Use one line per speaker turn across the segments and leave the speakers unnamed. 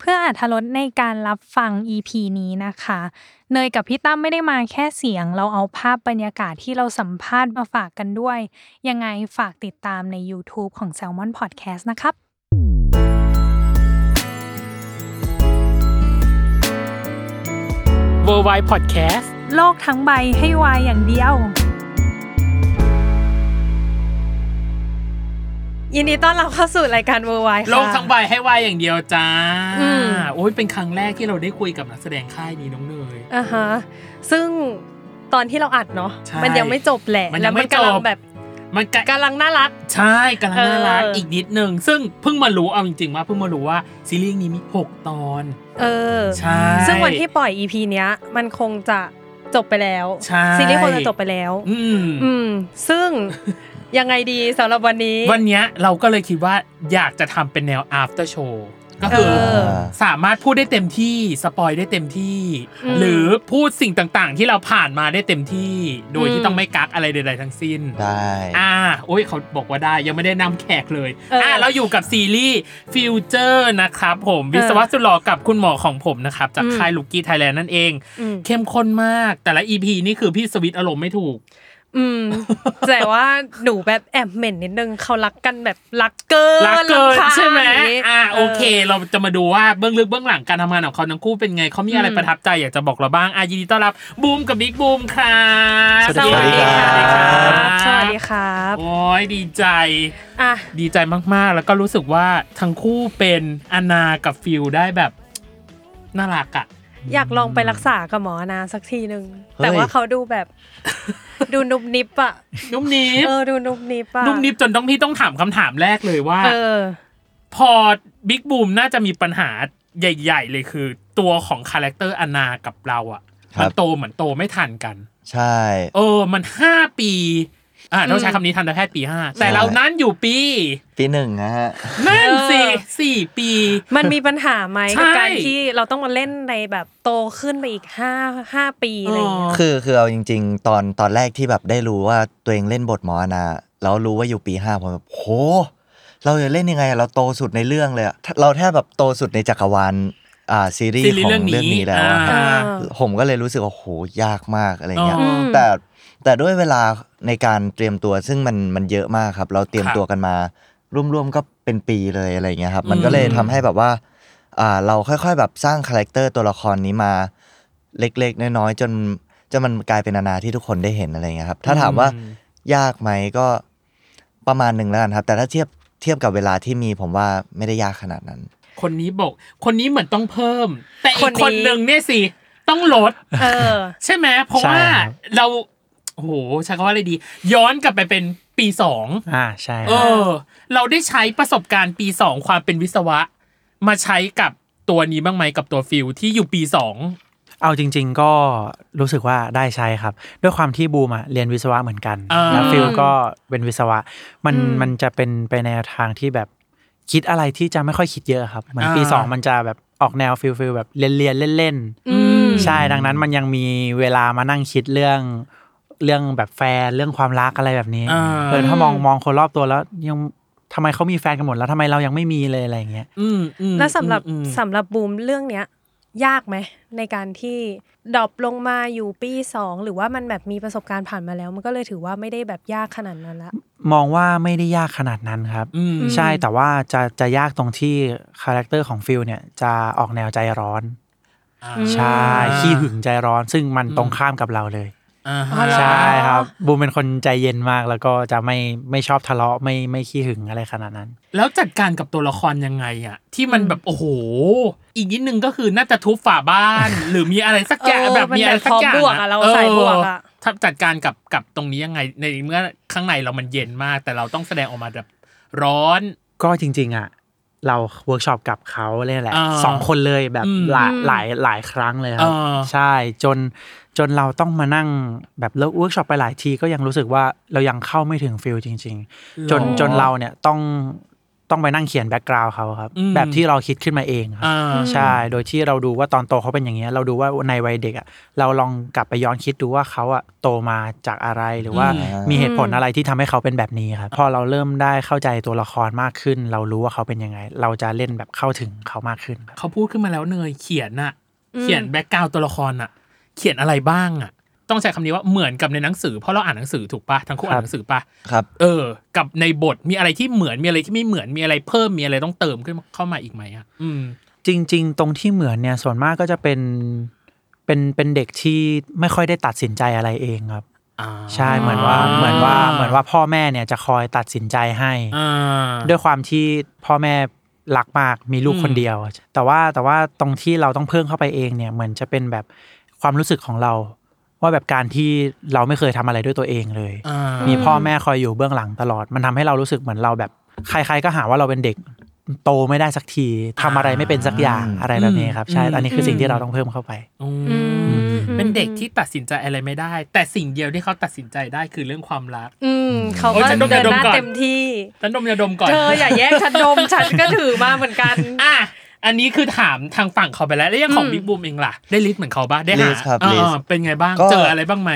เพื่ออาธรสในการรับฟัง EP นี้นะคะ เนยกับพี่ตั้มไม่ได้มาแค่เสียง เราเอาภาพบรรยากาศที่เราสัมภาษณ์มาฝากกันด้วย ยังไงฝากติดตามใน YouTube ของ Salmon Podcast นะครับ
w o r l d w i d e Podcast
โลกทั้งใบให้วายอย่างเดียว ยินดีต้อนรับเข้าสู่รายการเวอร์ไวค่ะ
โลกทั้งใบให้วายอย่างเดียวจ้า
อืม
โอ้ยเป็นครั้งแรกที่เราได้คุยกับนักแสดงค่ายนี้น้องเนย
อ่าฮะซึ่งตอนที่เราอัดเนาะ
ใช่
มันยังไม่จบแหละ
มันยั
แล้ว
งไม่
มันกำลั
จ
ง
บ
แบบ
มันกะ
กำลังน่ารัก
ใช่กำลังน่ารัก
เอออี
อีกนิดนึง ซึ่งเพิ่งมารู้เอาจริงๆว่าเพิ่งมารู้ว่าซีรีส์นี้มี 6 ตอน
เออ
ใช่
ซึ่งวันที่ปล่อย EP เนี้ยมันคงจะจบไปแล้ว
ใช่
ซีรีส์คงจะจบไปแล้ว
อืม
อืม ซึ่ง ยังไงดีสำหรับวันนี้
วันเนี้ยเราก็เลยคิดว่าอยากจะทำเป็นแนว after show ก็คือ
เออ
สามารถพูดได้เต็มที่สปอยได้เต็มที่
อืม
หรือพูดสิ่งต่างๆ ที่เราผ่านมาได้เต็มที่ โดย
อืม
ที่ต้องไม่กักอะไรใดๆทั้งสิ้น
ได้
อ่าโอ้ยเขาบอกว่าได้ยังไม่ได้นำแขกเลย
เอออ่
อ่าเราอยู่กับซีรีส์ฟิวเจอร์นะครับผมวิศวะสุดหล่อกับคุณหมอของผมนะครับ จาก
อืม
ค่ายลูกี้ไทยแลนด์นั่นเอง
อืม
เข้มข้นมากแต่ละ EP นี่คือพี่สวิตช์อารมณ์ไม่ถูก
อืมแต่ว่าหนูแบบแอบเหม็นนิดนึงเขารักกันแบบรักเกิน
รักเกิน
รำคาญ
ใช่ไหม
ย่างงี้
อ่าโอเค
อ
เราจะมาดูว่าเบื้องลึกเบื้องหลังการทำงานของเขาทั้งคู่เป็นไงเขามีอะไร
อืม
ประทับใจอยากจะบอกเราบ้างอ่ะยินดีต้อนรับบูมกับบิ๊กบูมครับ
สวัสดีครับ
สวัสดีครับ
สวัสดีครับ
โอ้ยดีใจ
อ่ะ
ดีใจมากๆ แล้วก็รู้สึกว่าทั้งคู่เป็นอนากับฟิลได้แบบน่ารักอะ
อยากลองไปรักษากับหมอนาสักทีหนึ่ง
เฮ้ย
แต่ว่าเขาดูแบบ ดูนุบนิบอะ
นุ่มนิบ
เออดูนุบนิบอะ
นุ่มนิบจนต้องพี่ต้องถามคำถามแรกเลยว่า
เออ
พอบิ๊กบูมน่าจะมีปัญหาใหญ่ๆ เลยคือ ตัวของคาแรคเตอร์อนากับเราอะ
ครับ
มันโตเหมือนโตไม่ทันกัน
ใช่
เออ มันห้าปี อ่าต้องใช้คำนี้ทันตแพทย์ปีห้าแต่เรานั้นอยู่ปี
ปีหนึ่งนะฮะ
นั่นสิ
เออ
สี่ปี
มันมีปัญหาไหม
ใช่
กับการที่เราต้องมาเล่นในแบบโตขึ้นไปอีกห้าห้าปีอะไรอย่างเงี้ย
คือคือเอาจริง ๆ ตอนตอนแรกที่แบบได้รู้ว่าตัวเองเล่นบทหมอนาแล้วรู้ว่าอยู่ปีห้าผมแบบโห เราจะเล่นยังไงอะเราโตสุดในเรื่องเลยอะเราแทบแบบโตสุดในจักรวาลอ่าซีรีส์
ซีรี
ข
ส์
อง
เรื่อง
เรื่อง
นี้
นี้แล้วอะ
อ่า
ผมก็เลยรู้สึกว่าโหยากมากอะไรเงี้ย
อ๋อ
ม
แต่แต่ด้วยเวลาในการเตรียมตัวซึ่งมันมันเยอะมากครับ เราเตรียมตัวกันมาร่วมๆก็เป็นปีเลยอะไรอย่างเงี้ยครับ มันก็เลยทำให้แบบว่าอ่าเราค่อยๆแบบสร้างคาแรคเตอร์ตัวละครนี้มา เล็กๆ น้อยๆจนจนมันกลายเป็นนานาที่ทุกคนได้เห็นอะไรอย่างเงี้ยครับ ถ้าถามว่ายากไหมก็ประมาณหนึ่งแล้วกันครับ แต่ถ้าเทียบเทียบกับเวลาที่มีผมว่าไม่ได้ยากขนาดนั้น
คนนี้บอก คนนี้เหมือนต้องเพิ่ม แต่อี
ค
ก
นนี้
คนหนึ่งเนี่ยสิ ต้องลด
เออ
ใช่ไหมเพราะ
ใช่
ว่า
ครับ
เราโอ้โหใช้คำว่าอะไรดี ย้อนกลับไปเป็นปีสอง
อ่าใช่
เออ เราได้ใช้ประสบการณ์ปีสองความเป็นวิศวะ มาใช้กับตัวนี้บ้างไหมกับตัวฟิลที่อยู่ปีสอง
เอาจริง ๆก็รู้สึกว่าได้ใช้ครับ ด้วยความที่บูมอะเรียนวิศวะเหมือนกัน
อ่า
แล้วฟิลก็เป็นวิศวะ มัน
อืม
มันจะเป็นไปในทางที่แบบคิดอะไรที่จะไม่ค่อยคิดเยอะครับ เหมือนปีสองมันจะแบบออกแนวฟิลฟิลแบบเรียนเรียนๆเล่นๆ
อืม
ใช่ดังนั้นมันยังมีเวลามานั่งคิดเรื่องเรื่องแบบแฟนเรื่องความรักอะไรแบบนี้
อ่า
เออถ้ามอง
อืม
มองคนรอบตัวแล้วยังทำไมเขามีแฟนกันหมดแล้วทำไมเรายังไม่มีเลยอะไรอย่างเงี้ย
อืมอืม
แล้วสำหรับ
อืมอืม
สำหรับบูมเรื่องเนี้ย ยากไหมในการที่ดรอปลงมาอยู่ปีสองหรือว่ามันแบบมีประสบการณ์ผ่านมาแล้ว มันก็เลยถือว่าไม่ได้แบบยากขนาดนั้นละ
มองว่าไม่ได้ยากขนาดนั้นครับ
อืม
ใช่แต่ว่าจะจะยากตรงที่คาแรคเตอร์ของฟิลเนี่ยจะออกแนวใจร้อน
อ่า
ใช่ขี้หึงใจร้อน ซึ่งมันตรงข้ามกับเราเลย
อ่าฮะ
อ๋อเหรอ
ใช่ครับบูมเป็นคนใจเย็นมากแล้วก็จะไม่ไม่ชอบทะเลาะไม่ไม่ขี้หึงอะไรขนาดนั้น
แล้วจัดการกับตัวละครยังไงอะที่มันแบบโอ้โห อีกนิดนึงก็คือน่าจะทุบฝาบ้าน หรือมีอะไรสักอย่าง
เออ
แบบมีอะไรสักอย่าง
มันแบบพร้อมบวกอะเราใส่บวกอะ
เถ้าจัดการกับกับตรงนี้ยังไง ในเมื่อข้างในเรามันเย็นมาก แต่เราต้องแสดงออกมาแบบร้อน
ก็จริงๆอ่ะเราเวิร์กช็อปกับเขาเลยแหละ
อ่า
สองคนเลยแบบ
อืม
หลายหลายหลายครั้งเลยครับ
อ่า
ใช่จนจนเราต้องมานั่งแบบเลิกเวิร์กช็อปไปหลายทีก็ยังรู้สึกว่าเรายังเข้าไม่ถึงฟิลจริง ๆ จน
หรอ
จนเราเนี่ยต้องต้องไปนั่งเขียนแบ็กกราวด์เขาครับ
อืม
แบบที่เราคิดขึ้นมาเองครับ
อ่า
ใช่ โดยที่เราดูว่าตอนโตเขาเป็นอย่างเงี้ย เราดูว่าในวัยเด็กอ่ะ เราลองกลับไปย้อนคิดดูว่าเขาอ่ะโตมาจากอะไร หรือว่า
อืม
มีเหตุผลอะไรที่ทำให้เขาเป็นแบบนี้ครับ พอเราเริ่มได้เข้าใจตัวละครมากขึ้น เรารู้ว่าเขาเป็นยังไง เราจะเล่นแบบเข้าถึงเขามากขึ้นครับ
เขาพูดขึ้นมาแล้วเนยเขียนอะ
อืม
เขียนแบ็กกราวตัวละครอะเขียนอะไรบ้างอะต้องใช้คำนี้ว่าเหมือนกับในหนังสือเพราะเราอ่านหนังสือถูกปะทั้งคู่อ่า
ครั
น
บ
หนังสือปะ
ครับ
เออ กับในบทมีอะไรที่เหมือนมีอะไรที่ไม่เหมือนมีอะไรเพิ่มมีอะไรต้องเติมขึ้นเข้ามาอีกไหมอะอืม
จริง ๆ ตรงที่เหมือนเนี่ย ส่วนมากก็จะเป็น เป็น เป็นเด็กที่ไม่ค่อยได้ตัดสินใจอะไรเองครับ
อ่า
ใช่ เหมือนว่า เหมือนว่า เหมือนว่าพ่อแม่เนี่ยจะคอยตัดสินใจให้
อ่า
ด้วยความที่พ่อแม่รักมากมีลูก
อืม
คนเดียว แต่ว่าแต่ว่าตรงที่เราต้องเพิ่มเข้าไปเองเนี่ยเหมือนจะเป็นแบบความรู้สึกของเรา ว่าแบบการที่เราไม่เคยทำอะไรด้วยตัวเองเลย
อ่า
มีพ่อแม่คอยอยู่เบื้องหลังตลอด มันทำให้เรารู้สึกเหมือนเราแบบ ใคร ๆ ก็หาว่าเราเป็นเด็กโตไม่ได้สักทีทำอะไรไม่เป็นสักอย่างอะไรแบบนี้ครับใช่อันนี้คือสิ่งที่เราต้องเพิ่มเข้าไป
อืม
อืม
เป็นเด็กที่ตัดสินใจอะไรไม่ได้ แต่สิ่งเดียวที่เขาตัดสินใจได้คือเรื่องความรัก
อืมเขา
โอ้ย
ก็
ฉันดม
เดิน
ยาดม
หน้า
ก่อน
เต็มที่
ฉันดมยาดมก่อน
เธออย่าแย่งฉันดม ฉันก็ถือมาเหมือนกัน
อ่ะ อันนี้คือถามทางฝั่งเขาไปแล้วแล้วยังของบิ๊กบูมเองล่ะ ได้ลิสต์เหมือนเขาบ้างได้หา
ลิสต์ครับ
อ่า
ลิสต์
เป็นไงบ้าง
ก็
เจออะไรบ้างไหม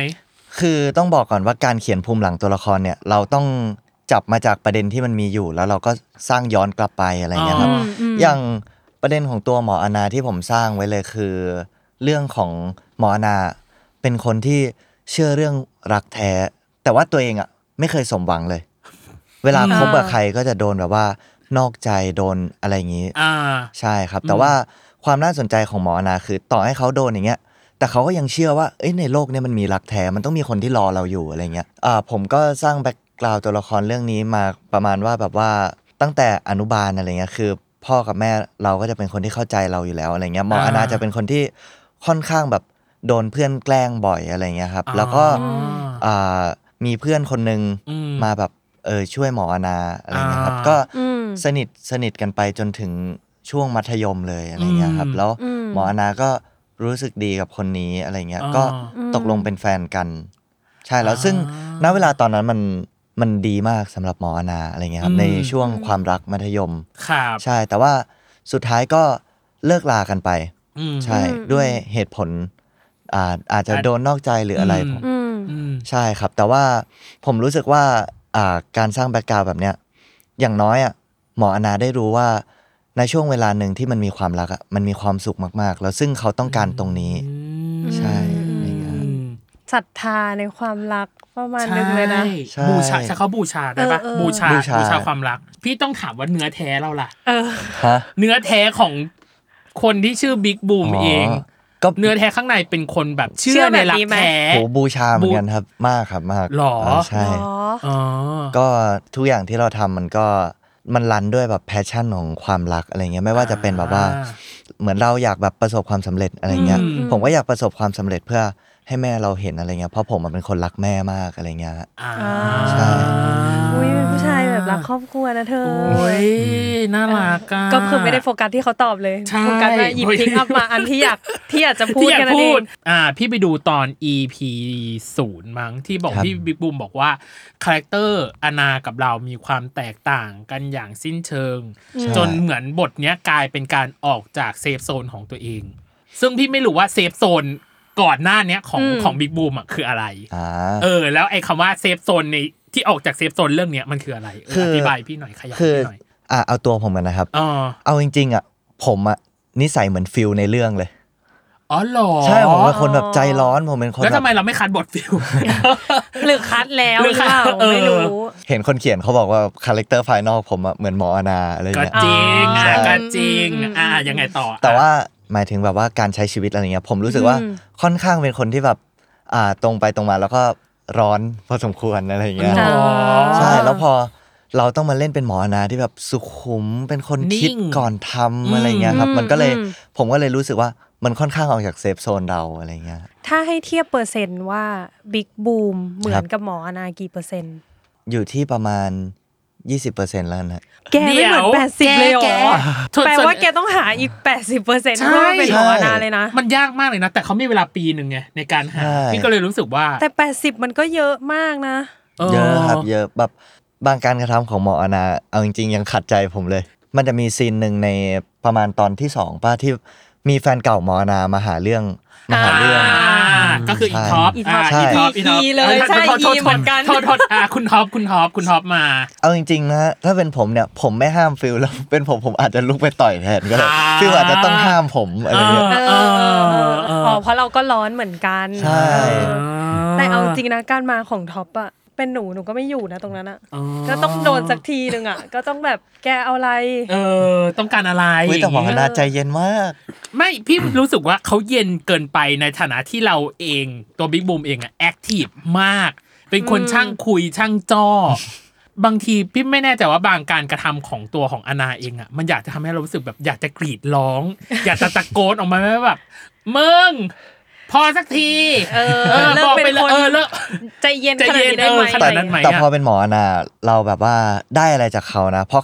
คือต้องบอกก่อนว่าการเขียนภูมิหลังตัวละครเนี่ยเราต้องจับมาจากประเด็นที่มันมีอยู่ แล้วเราก็สร้างย้อนกลับไปอะไรเงี้ยครับ
อ๋อ
อย่างประเด็นของตัวหมออนาที่ผมสร้างไว้เลยคือ เรื่องของหมออนาเป็นคนที่เชื่อเรื่องรักแท้ แต่ว่าตัวเองอ่ะไม่เคยสมหวังเลย เวลาคบกับใครก็จะโดนแบบว่านอกใจโดนอะไรอย่างนี้
อ่า
ใช่ครับ
อืม
แต่ว่าความน่าสนใจของหมออนาคือ ต่อให้เขาโดนอย่างเงี้ย แต่เขาก็ยังเชื่อว่าเอ้ยในโลกเนี้มันมีรักแท้มันต้องมีคนที่รอเราอยู่อะไรเงี้ยอ่าผมก็สร้างแบ็กกราวตัวละครเรื่องนี้มาประมาณว่าแบบว่าตั้งแต่อนุบาลอะไรเงี้ยคือ พ่อกับแม่เราก็จะเป็นคนที่เข้าใจเราอยู่แล้วอะไรเงี้ยหมออนา
อ่า
จะเป็นคนที่ค่อนข้างแบบโดนเพื่อนแกล้งบ่อยอะไรเงี้ยครับแล้วก็อ่ามีเพื่อนคนหนึ่ง
อืม
มาแบบเออช่วยหมออนาอะไรเงี้ยครับ
อ่า
ก็
อืม
สนิทสนิทกันไปจนถึงช่วงมัธยมเลยอะไรเงี้ยครับ
อืม
แล้ว
อืม
หมออนาก็รู้สึกดีกับคนนี้อะไรเงี้ย
อ่า
ก็ตกลงเป็นแฟนกัน ใช่แล้วซึ่ง
อ่า
ณเวลาตอนนั้นมันมันดีมากสำหรับหมออนาอะไรเงี้ยครั
อื
บ
ม
ในช่วงความรักมัธยม
ครับ
ใช่แต่ว่าสุดท้ายก็เลิกลากันไป
อืม
ใช่ด้วยเหตุผลอ่าอาจจะ
อาจ
โดนนอกใจหรืออะไร
อืม
ผม
อืม
อืม
ใช่ครับ แต่ว่าผมรู้สึกว่าอ่าการสร้างแบ็กกราวด์แบบเนี้ยอย่างน้อยอ่ะหมออนาได้รู้ว่าในช่วงเวลาหนึ่งที่มันมีความรักอ่ะมันมีความสุขมากๆ แล้วซึ่งเขาต้องการตรงนี้ ใช่อะไรเงี้ย
อืม
ศรัทธาในความรักประมาณนึงเลยนะ
ใช่
บูชาใช้เขาบูชาได้ปะ
เออเออ
บูชา
บูชา
บูชาความรัก พี่ต้องถามว่าเนื้อแท้เราล่ะ
เออ
ฮะ
เนื้อแท้ของคนที่ชื่อบิ๊กบูมเอง
ก็
เนื้อแท้ข้างในเป็นคนแบบเชื่
เชื่
อ
อ
ใน
แบบ
รัก
นี้ไหม
แท้
โหบูชาเหมือนกันครับมากครับมาก
หรอ
าใช่
เหรอ
อ๋อ
ก็ทุกอย่างที่เราทำมันก็มันรันด้วยแบบแพชชั่นของความรักอะไรเงี้ยไม่ว่าจะเป็นแบบว่า
อ่า
เหมือนเราอยากแบบประสบความสำเร็จอะไรเงี้ย
อืม
ผมก็อยากประสบความสำเร็จเพื่อให้แม่เราเห็นอะไรเงี้ยเพราะผมมันเป็นคนรักแม่มากอะไรเงี้ย
อ่า
ใช่
อุ้ยเป็นผู้ชายแบบรักครอบครัวนะเธอ
โอ้ยน่ารักอ่ะ
ก็คือไม่ได้โฟกัสที่เขาตอบเลย
ใช่
โฟกัสว่าหยิบทิ้งอัพมา อันที่อยากที่อยากจะพูด
ที่อยา
กัน
ก
นั่นเอ
พูด
ง
อ่า พี่ไปดูตอน EP ศูนย์มั้งที่บอก
ครับ
พี่บิ๊กบูมบอกว่าคาแรคเตอร์อนากับเรามีความแตกต่างกันอย่างสิ้นเชิง จนเหมือนบทเนี้ยกลายเป็นการออกจากเซฟโซนของตัวเอง ซึ่งพี่ไม่รู้ว่าเซฟโซนก่อนหน้าเนี้ยของ
อืม
ของบิ๊กบูมอ่ะคืออะไร
อ่า
เออ แล้วไอ้คำว่าเซฟโซนในที่ออกจากเซฟโซนเรื่องเนี้ยมันคืออะไรเออ
คือ
อ
อ
ธิบายพี่หน่อยขยาย
คือ
พี่หน่อย
อ่าเอาตัวผมกันนะครับ
อ๋อ
เอาจริงๆอ่ะผมอ่ะนิสัยเหมือนฟิลในเรื่องเลย
อ๋อเหรอ
ใช่ผมเป็นคนแบบใจร้อนผมเป็นคน
แล้ว
แบ
ทำ
บ
ไมเราไม่คัดบท ฟิล
หรือคัดแล้ว
เอา
ห
หรือ อเป
รืเป
ล่า
ล่าไม่
ไม่
รู้
รู้
เห็นคนเขียนเขาบอกว่าคาแรคเตอร์ภายนอกผมอะเหมือนหมออนาอะไร
ก็
เงี้ย
จริง
ใช่
อ่ะก็จริงอ่ะยังไงต่อ
แต่ว่าหมายถึงแบบว่าการใช้ชีวิตอะไรเงี้ยผมรู้สึกว่า
อืม
ค่อนข้างเป็นคนที่แบบอ่าตรงไปตรงมาแล้วก็ร้อนพอสมควรอะไรเงี้ย
อ๋อ
ใช่แล้วพอเราต้องมาเล่นเป็นหมออนาที่แบบสุขุมเป็นคนคิด
นิ่ง
ก่อนทำอะไรเงี้ยครับ
อืม
มันก็เลย
อืม
ผมก็เลยรู้สึกว่ามันค่อนข้างออกจากเซฟโซนเราอะไรเงี้ย
ถ้าให้เทียบเปอร์เซ็นต์ว่าบิ๊กบูมเหมือ
ครั
น
บ
กับหมออนากี่เปอร์เซ็นต์
อยู่ที่ประมาณ 20%แล้วนะ
แกไม่เหมือน
เดี๋ยว
แปดสิบเลยเหร
แก
อ
แก
แปลว่าแกต้องหาอีกแปดสิบเปอร์เซ็นต์
ใช่
เพื่อเป็นหมออนาเลยนะ
มันยากมากเลยนะ แต่เขามีเวลาปีหนึ่งไงในการหา
ใช่
พี่ก็เลยรู้สึกว่า
แต่แปดสิบมันก็เยอะมากนะ
เยอะครับเยอะแบบบางการกระทำของหมออนาเอาจริงๆ ยังขัดใจผมเลย มันจะมีซีนหนึ่งในประมาณตอนที่สองป้าที่มีแฟนเก่าหมออนามาหาเรื่องมาหาเรื่อง
ก็คืออี
ใช่
ท็อป
อีท็อป
า
อีท็อป
อี
เลยใช่
โทษโทษ
อีเหมือนกัน
โทษโทษอ่ะคุณท็อปคุณท็อปคุณท็อปมา
เอาจริงๆนะฮะถ้าเป็นผมเนี่ยผมไม่ห้ามฟิลแล้ว เป็นผมผมอาจจะลุกไปต่อยแทนก็ได้
อ่า
ฟิลอาจจะต้องห้ามผมอะไรเงี้ย
เออเออเออเอออ๋
อเพราะเราก็ร้อนเหมือนกัน
ใช่
แต่เอาจริงนะการมาของท็อปอะเป็นหนูหนูก็ไม่อยู่นะตรงนั้นอะ
อ๋อ
ก็ต้องโดนสักทีหนึ่งอะก็ต้องแบบแกเอาอะไร
เออต้องการอะไร
เฮ้ยแต่หมออนาใจเย็นมาก
ไม่พี่รู้สึกว่าเขาเย็นเกินไปในฐานะที่เราเองตัวบิ๊กบูมเองอะแอคทีฟมาก เป็นคนช่างคุยช่างจ้อ บางทีพี่ไม่แน่ใจว่าบางการกระทำของตัวของอนาเองอะมันอยากจะทำให้เรารู้สึกแบบอยากจะกรีดร้อง อยากจะตะโกนออกมาว่าแบบมึงพอสักที
เออเลิก
บอกไป
เป็น
เลย
คน
เออเลิก
ใจเย็น
ใจ
ขนาด
เย็น
นี้ได้ไหม
เออข
อะ
นา
ไร
ดนั้นไหม
เงี้ย
แต่
อะ
พอเป็นหมออนาเราแบบว่าได้อะไรจากเขานะ เพราะ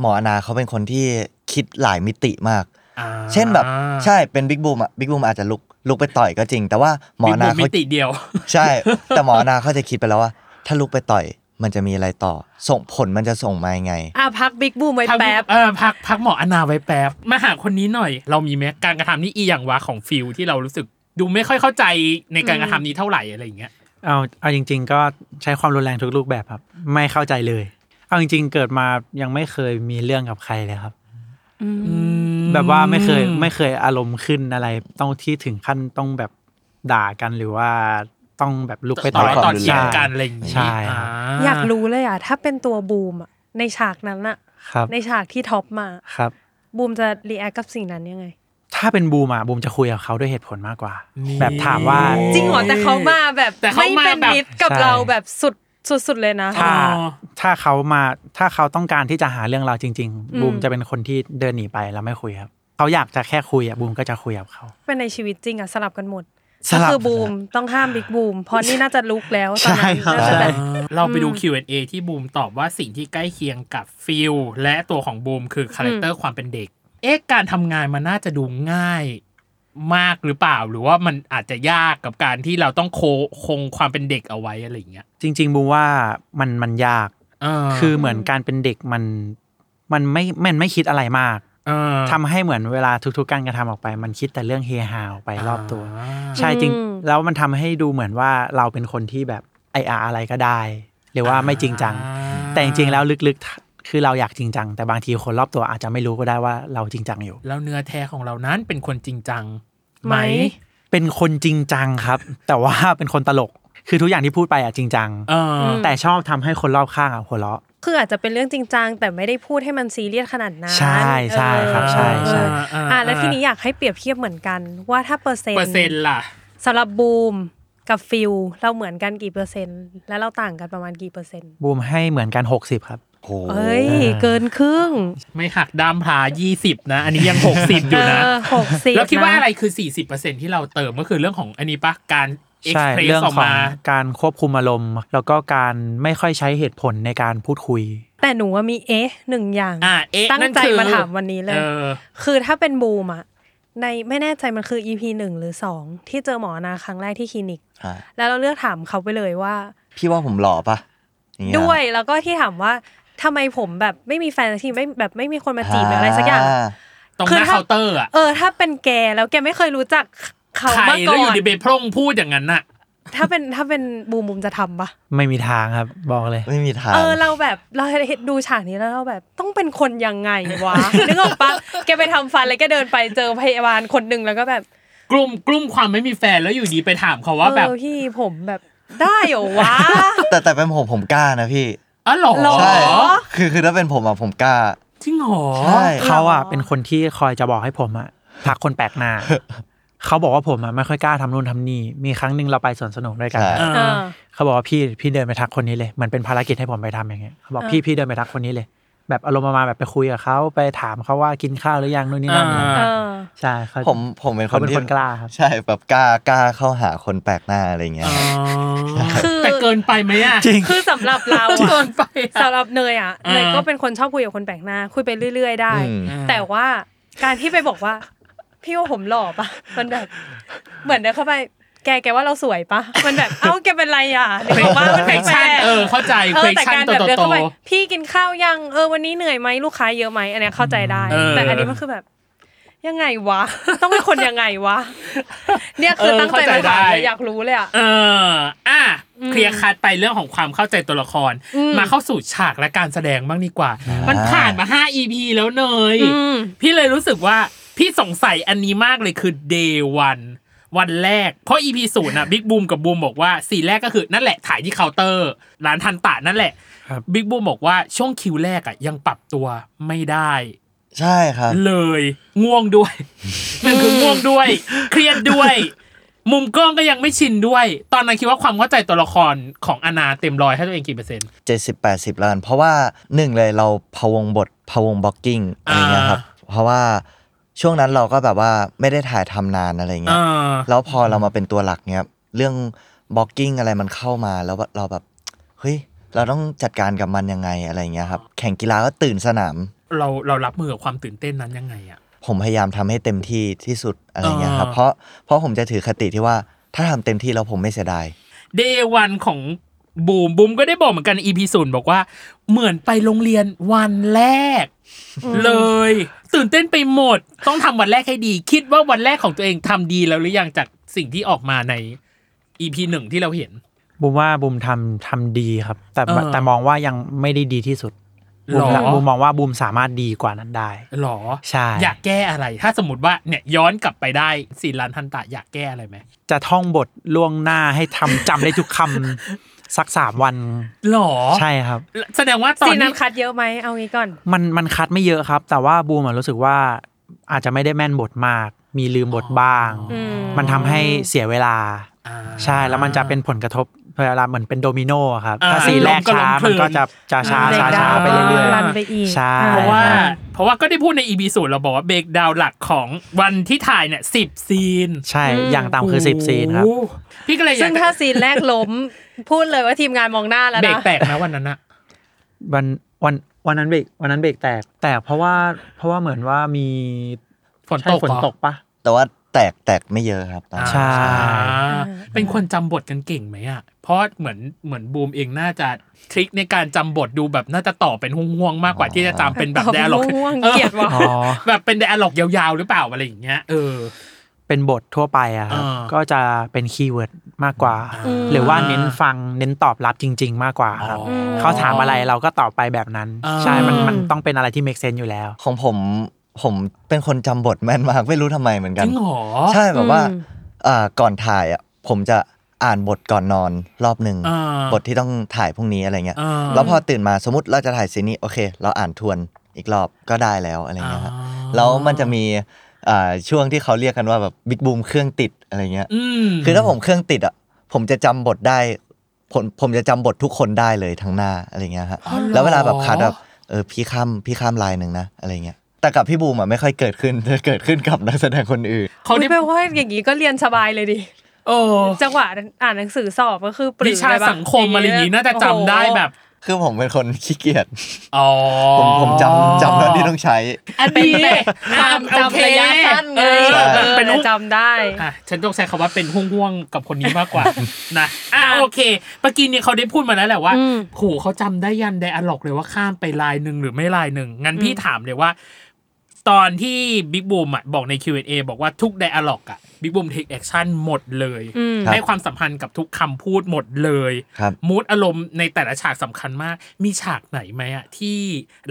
หมออนาเขาเป็นคนที่คิดหลายมิติมาก
อ่า
เช่นแบบใช่เป็นบิ๊กบูมอะบิ๊กบูมอาจจะลุกลุกไปต่อยก็จริง แต่ว่าหมอ
บิ๊ก
อ
บู
นาม
มิ
เขา
ติเดียว
ใช่ แต่หมออนาเขาจะคิดไปแล้วว่า ถ้าลุกไปต่อยมันจะมีอะไรต่อ ส่งผลมันจะส่งมายังไง
อ่ะพักบิ๊กบูมไว้
พัก
แป๊บ
เออพักพักหมออนาไว้แป๊บมาหาคนนี้หน่อย เรามีไหมการกระทำนี่อีอย่างวะของฟิลที่เรารู้สึก ดูไม่ค่อยเข้าใจในการกระทำนี้เท่าไหร่อะไรอย่างเงี้ย
เอาเอาจริง ๆ ก็ใช้ความรุนแรงทุกรูปแบบครับ ไม่เข้าใจเลย เอาจริง ๆ เกิดมายังไม่เคยมีเรื่องกับใครเลยครับ แบบว่าไม่เคยไม่เคยอารมณ์ขึ้นอะไร ต้องที่ถึงขั้นต้องแบบด่ากันหรือว่าต้องแบบลุกไป
ต่
ต่
อ
อย ย
ต่อ
ความรุนแรง
เถียงกันอะ
ใช่
ไรอย่างงี้
ใช่ครับ
อยากรู้เลยอะถ้าเป็นตัวบูมอะในฉากนั้นอะ
ครับ
ในฉากที่ท็อปมา
ครับ
บูมจะรีแอคกับสิ่งนั้นยังไง
ถ้าเป็นบูมอ่ะบูมจะคุยกับเขาด้วยเหตุผลมากกว่า แบบถามว่า
จริงเหรอแต่เขามาแบบ
แต่เขา
ไม่
มา
เป็น
แบบ
มิตรกับ
ใช่
เราแบบสุดสุดๆเลยนะ
ถ้า
อ๋อ
ถ้าเขามาถ้าเขาต้องการที่จะหาเรื่องเราจริง
อืม
ๆ บูมจะเป็นคนที่เดินหนีไปแล้วไม่คุยครับเขาอยากจะแค่คุยอ่ะบูมก็จะคุยกับเขา
เป็นในชีวิตจริงอะสลับกันหมด
สลั
ก็
บ
คือบูมต้องห้ามบิ๊กบูมเพราะนี่น่าจะลุกแล้วตอนนั้นน่าจะแบบ
เราไปดู Q&A ที่บูมตอบว่าสิ่งที่ใกล้เคียงกับฟิลและตัวของบูมคือคาแรคเตอร์ความเป็นเด็ก เอ๊ะการทำงานมันน่าจะดูง่ายมากหรือเปล่า หรือว่ามันอาจจะยากกับการที่เราต้องโคคงความเป็นเด็กเอาไว้อะไรอย่างเงี้ย
จริง ๆ บูมว่ามันมันยาก
เออ
คือเหมือนการเป็นเด็กมันมันไม่มันไม่คิดอะไรมาก
เออ
ทำให้เหมือนเวลาทุกๆการกระทำออกไป มันคิดแต่เรื่องเฮฮาออกไปรอบตัว ใช่จริง
อืม
แล้วมันทำให้ดูเหมือนว่าเราเป็นคนที่แบบไออาอะไรก็ได้ หรือว่าไม่จริงจัง
อ่า
แต่จริงๆแล้วลึกๆ คือเราอยากจริงจัง แต่บางทีคนรอบตัวอาจจะไม่รู้ก็ได้ว่าเราจริงจังอยู่
แล้วเนื้อแท้ของเรานั้นเป็นคนจริงจังไห
ไห
ม
ม
เป็นคนจริงจังครับ แต่ว่าเป็นคนตลกคือทุกอย่างที่พูดไปอะจริงจัง
เอออ
ม
แต่ชอบทำให้คนรอบข้างอะหัวเราะ
คืออาจจะเป็นเรื่องจริงจังแต่ไม่ได้พูดให้มันซีเรียสขนาดนั้น
ใช่ใช่ครับใช่ใช่
เอออ่ะอ่ะแล้วทีนี้อยากให้เปรียบเทียบเหมือนกัน ว่าถ้าเปอร์เซ็นต์
เปอร์เซ็นต์ล่ะ
สำหรับบูมกับฟิลเราเหมือนกันกี่เปอร์เซ็นต์ แล้วเราต่างกันประมาณกี่เปอร์เซ็นต์
บูมให้เหมือนกัน 60 ครับ
โอ้โห
เอ้ยเกินครึ่ง
ไม่หักด้ามพา20 นะ อันนี้ยัง 60 อยู่นะ
หกสิบ
แล้วคิดว่าอะไรคือ 40%ที่เราเติมก็คือเรื่องของอันนี้ปะการเอ็ก
ใช่
ซ์เพร
เรื่
ส
อ
ออก
งของ
มา
การควบคุมอารมณ์ แล้วก็การไม่ค่อยใช้เหตุผลในการพูดคุย
แต่หนูว่ามีเอ๊ะหนึ่งอย่าง
อ่าเอ๊ะ
ตั้ง
นั่น
ใจ
คือ
มาถามวันนี้เลย
ออ
คือถ้าเป็นบูมอะในไม่แน่ใจมันคือ EP หนึ่งหรือสองที่เจอหมอนาครั้งแรกที่คลินิก
อ่ะ
แล้วเราเลือกถามเขาไปเลยว่า
พี่ว่าผมหล่อปะอางเงี้
ด้วยแล้วก็ที่ถามว่าทำไมผมแบบไม่มีแฟนสักทีไม่แบบไม่มีคนมาจีบหรืออะไรสักอย่าง
ตรงห
คือ
น้า
ถ้า
เคาน์เตอร์อะ
เออ ถ้าเป็นแกแล้วแกไม่เคยรู้จักเขา
ใคร
มาก่
แล้ว
อ
อยู่
น
ดีเบพร่งพูดอย่างนั้นน่ะ
ถ้าเป็นถ้าเป็นบูมบูมจะทำปะ
ไม่มีทางครับบอกเลย
ไม่มีทาง
เออเราแบบเราเห็นดูฉากนี้แล้วเราแบบต้องเป็นคน ยังไงวะ นึกออกปะแกไปทำฟันแล้วแกเดินไปเจอพยาบาลคนหนึ่งแล้วก็แบบ
กลุ่มกลุ่มความไม่มีแฟนแล้วอยู่ดีไปถามเขาว่าแบบ
เออพี่ผมแบบได้เหรอว ะ
แต่แต่เป็นผมผมกล้านะพี่
อ๋อเหรอ
ใช่คือคือถ้าเป็นผมอะผมกล้า
จริงเหรอ
ใช่
เขาอ่ะเป็นคนที่คอยจะบอกให้ผมอ่ะทักคนแปลกหน้า เขาบอกว่าผมอ่ะไม่ค่อยกล้าทำนู่นทำนี่มีครั้งหนึ่งเราไปสวนสนุกด้วยกัน
ใช่
เออ
เขาบอกว่าพี่พี่เดินไปทักคนนี้เลยเหมือนเป็นภารกิจให้ผมไปทำอย่างเงี้ยเขาบอกพี่พี่เดินไปทักคนนี้เลย แบบอารมณ์ประมาณแบบไปคุยกับเขาไปถามเขาว่ากินข้าวหรือยังนู่นนี่นั่น
อ่า
เออ
ใช่เขา
ผมผมเป็นค
เขา
น
เป็น
ที่
คนกล้าครับ
ใช่แบบกล้ากล้าเข้าหาคนแปลกหน้าอะไรเงี้ย
อ๋อ
คือ
แต่เกินไปไหมอ่ะ
จริง
คือสำหรับเราอะ
เกินไปอะ
สำหรับเนยอ่ะ
อ่า
เนยก็เป็นคนชอบคุยกับคนแปลกหน้า คุยไปเรื่อย ๆ ได้
อืม
แต่ว่าการที่ไปบอกว่า พี่ว่าผมหล่อปะมันแบบ เหมือนเดินเข้าไป แกแกว่าเราสวยปะมันแบบ เอ้าแกเป็นไรอ่ะหรือว่ามันแป
เฟคชั่น
ลกๆ
เออเข้าใจ
เอ
เฟ
อ
ค
แต่
ชั่น
การ
ตัว
แบบเดิน
โต
เข้าไปพี่กินข้าวยังเออวันนี้เหนื่อยไหมลูกค้าเยอะไหมอันเนี้ยเข้าใจได้
เออ
แต่อันนี้มันคือแบบ ยังไงวะ ต้องเป็นคนยังไงวะ เนี่ยคือตั้งใจมาถามเลยอยากรู้เลยอ่ะ
เอออ่ะเคลียร์คัดไปเรื่องของความเข้าใจตัวละคร
อืม
มาเข้าสู่ฉากและการแสดงบ้างดีกว่า มันผ่านมา 5 EP แล้วเนย
อืม
พี่เลยรู้สึกว่าพี่สงสัยอันนี้มากเลยคือ day one วันแรก เพราะ EP ศูนย์อะบิ๊กบูมกับบูมบอกว่าสีนแรกก็คือนั่นแหละถ่ายที่เคาน์เตอร์ ร้านทันตะนั่นแหละ
ครับ
บิ๊กบูมบอกว่าช่วงคิวแรกอะยังปรับตัวไม่ได้
ใช่ครับ
เลยง่วง ด้วย มันคือง่วงด้วย เครียดด้วย มุมกล้องก็ยังไม่ชินด้วย ตอนนั้นคิดว่าความเข้าใจตัวละครของอนาเต็มร้อยให้ตัวเองกี่เปอร์เซ็นต์
70 80ล้านเพราะว่าหนึ่งเลยเราพะวงบทพะวงบล็อกกิ้งอะ
อ่า
ไรเงี้ยครับ เพราะว่าช่วงนั้นเราก็แบบว่าไม่ได้ถ่ายทำนานอะไรเงี้
อ่
ย
า
แล้วพอเรามาเป็นตัวหลักเนี้ยเรื่องบล็อกกิ้งอะไรมันเข้ามาแล้วเราแบบเฮ้ยเราต้องจัดการกับมันยังไงอะไรเงี้ยครับแข่งกีฬาก็ตื่นสนาม
เราเรารับมือกับความตื่นเต้นนั้นยังไงอะ
ผมพยายามทำให้เต็มที่ที่สุดอะไรเงี้ยครับ
อ่า
เพราะเพราะผมจะถือคติที่ว่าถ้าทำเต็มที่แล้วผมไม่เสียดาย
เดวันของบูมบูมก็ได้บอกเหมือนกันอีพีศูนย์บอกว่า เหมือนไปโรงเรียนวันแรก เลย ตื่นเต้นไปหมด ต้องทำวันแรกให้ดี คิดว่าวันแรกของตัวเองทำดีแล้วหรือยังจากสิ่งที่ออกมาในอีพีหนึ่งที่เราเห็น
บุมว่าบุมทำทำดีครับ แต่
เออ
แต่มองว่ายังไม่ได้ดีที่สุด
ห
บุ
ร
ม
อ
บุมมองว่าบุมสามารถดีกว่านั้นได้
หรอ
ใช่
อยากแก้อะไร ถ้าสมมติว่าเนี่ยย้อนกลับไปได้สีลันทันตะอยากแก้อะไรไหม
จะท่องบทล่วงหน้าให้ทำจำได้ทุกคำ สักสามวัน
หรอ
ใช่ครับ
แสดงว่าตอน
ซีน
นี้
นั้นคัดเยอะไหมเอางี้ก่อน
มันมันคัดไม่เยอะครับ แต่ว่าบูมอะรู้สึกว่าอาจจะไม่ได้แม่นบทมาก มีลืมบทบ้าง
อืม
มันทำให้เสียเวลา
อ่า
ใช่แล้วมันจะเป็นผลกระทบเวลาเหมือนเป็นโดมิโนอะครับ
อ่า
ถ้าสีแรกช้า
ล้มก็ล้มคลื่
มัน
น
ก็จะจะช้าช้าช้าไปเรื่อย
รัน
ๆ
ไปอีก
ใช่
เพราะว่า
ใช่
เพราะว่าก็ได้พูดในอีพีศูนย์เราบอกว่าเบรกดาวน์หลักของวันที่ถ่ายเนี่ยสิบซีน
ใช่อย่างต่ำคือสิบซีนครับ
โอ้โหพี่ก็เลยอยา
ซึ่
ก
งถ้าซีนแรกล้ม พูดเลยว่าทีมงานมองหน้าแล้ว
เบรก
นะ
แตกนะวันนั้นอะ
วันวันวันนั้นเบรกวันนั้นเบรกแตกแตกเพราะว่าเพราะว่าเหมือนว่ามี
ฝน
ใช่
ตก
ฝนตกปะ
แต่ว่าแตกแตกไม่เยอะครับตอน
อ่า
นั้น
ใช่
เป็นคนจำบทกันเก่งไหมอะเพราะเหมือนเหมือนบูมเองน่าจะทริคในการจำบทดูแบบน่าจะต่อเป็นห่วงๆมากกว่าที่จะจำเป็นแบบ
ต่อเป็
แด
น
ร์ล็อก
ห่วงๆเกลียดว่ะ
อ๋อ
แบบเป็นแดร์ล็อกยาวๆหรือเปล่าอะไรอย่างเงี้ยเออ
เป็นบททั่วไปอะครับ
อ่า
ก็จะเป็นคีย์เวิร์ดมากกว่า
อืม
หรือว่าเน้นฟังเน้นตอบรับจริง ๆ มากกว่าครับ
อ๋อ
เขาถามอะไรเราก็ตอบไปแบบนั้น
อ่า
ใช่มันมันต้องเป็นอะไรที่ make sense อยู่แล้ว
ของผมผมเป็นคนจำบทแม่นมากไม่รู้ทำไมเหมือน
จ
กัน
ริงเหรอ
ใช่แบบว่า
อืม
เอ่อก่อนถ่ายอ่ะผมจะอ่านบทก่อนนอนรอบหนึ่ง
อ่า
บทที่ต้องถ่ายพรุ่งนี้อะไรเงี้ย
อ่า
แล้วพอตื่นมาสมมติเราจะถ่ายซีนนี้โอเค เราอ่านทวนอีกรอบก็ได้แล้วอะไรเงี้ยครับแล้วมันจะมีเอ่อช่วงที่เขาเรียกกันว่าแบบบิ๊กบูมเครื่องติดอะไรเงี้ย
อืม
คือถ้าผมเครื่องติดอ่ะผมจะจำบทได้ผมผมจะจำบททุกคนได้เลยทั้งหน้าอะไรเงี้ยฮะ
อ๋อเหรอ
แล้วเวลาแบบคัดแบบเออพี่ข้ามพี่ข้ามลายหนึ่งนะอะไรเงี้ยแต่กับพี่บูมอ่ะไม่ค่อยเกิดขึ้น จะเกิดขึ้นกับนักแสดงคนอื่น
เขา
อุ๊
ได้
ยแปลว่าอย่างนี้ก็เรียนสบายเลยดิ
โอ้
จังหวะอ่านหนังสือสอบก็คือป
วิ
ริ้
ชาสังคมอะไรอย่างงี้น่าจะจำได้แบบ
คือผมเป็นคนขี้เกียจ
อ๋อ
ผมผมจำจำเท่าที่ต้องใช้
อันนี้
ความจำระยะสั้นไง
เออ
ใช่
เป็น
เออ
จ
จำได้
ำอ่ะฉันต้องใช้คำว่าเป็นห่วงๆกับคนนี้มากกว่า นะอ่ะโอเคเมื่อกี้เนี่ยเขาได้พูดมาแล้วแหละว่า
อืม
โหเขาจำได้ยันไดอะล็อกเลยว่าข้ามไปลายหนึ่งหรือไม่ลายหนึ่งงั้นพี่ถามเลยว่า ตอนที่บิ๊กบูมอ่ะบอกใน Q&A บอกว่าทุกไดอะล็อกอ่ะบิ๊กบูมเทคแอคชั่นหมดเลย
อืม
ครับ
ให้ความสัมพันธ์กับทุกคำพูดหมดเลย
ครับ
มูดอารมณ์ในแต่ละฉากสำคัญมาก มีฉากไหนไหมอะที่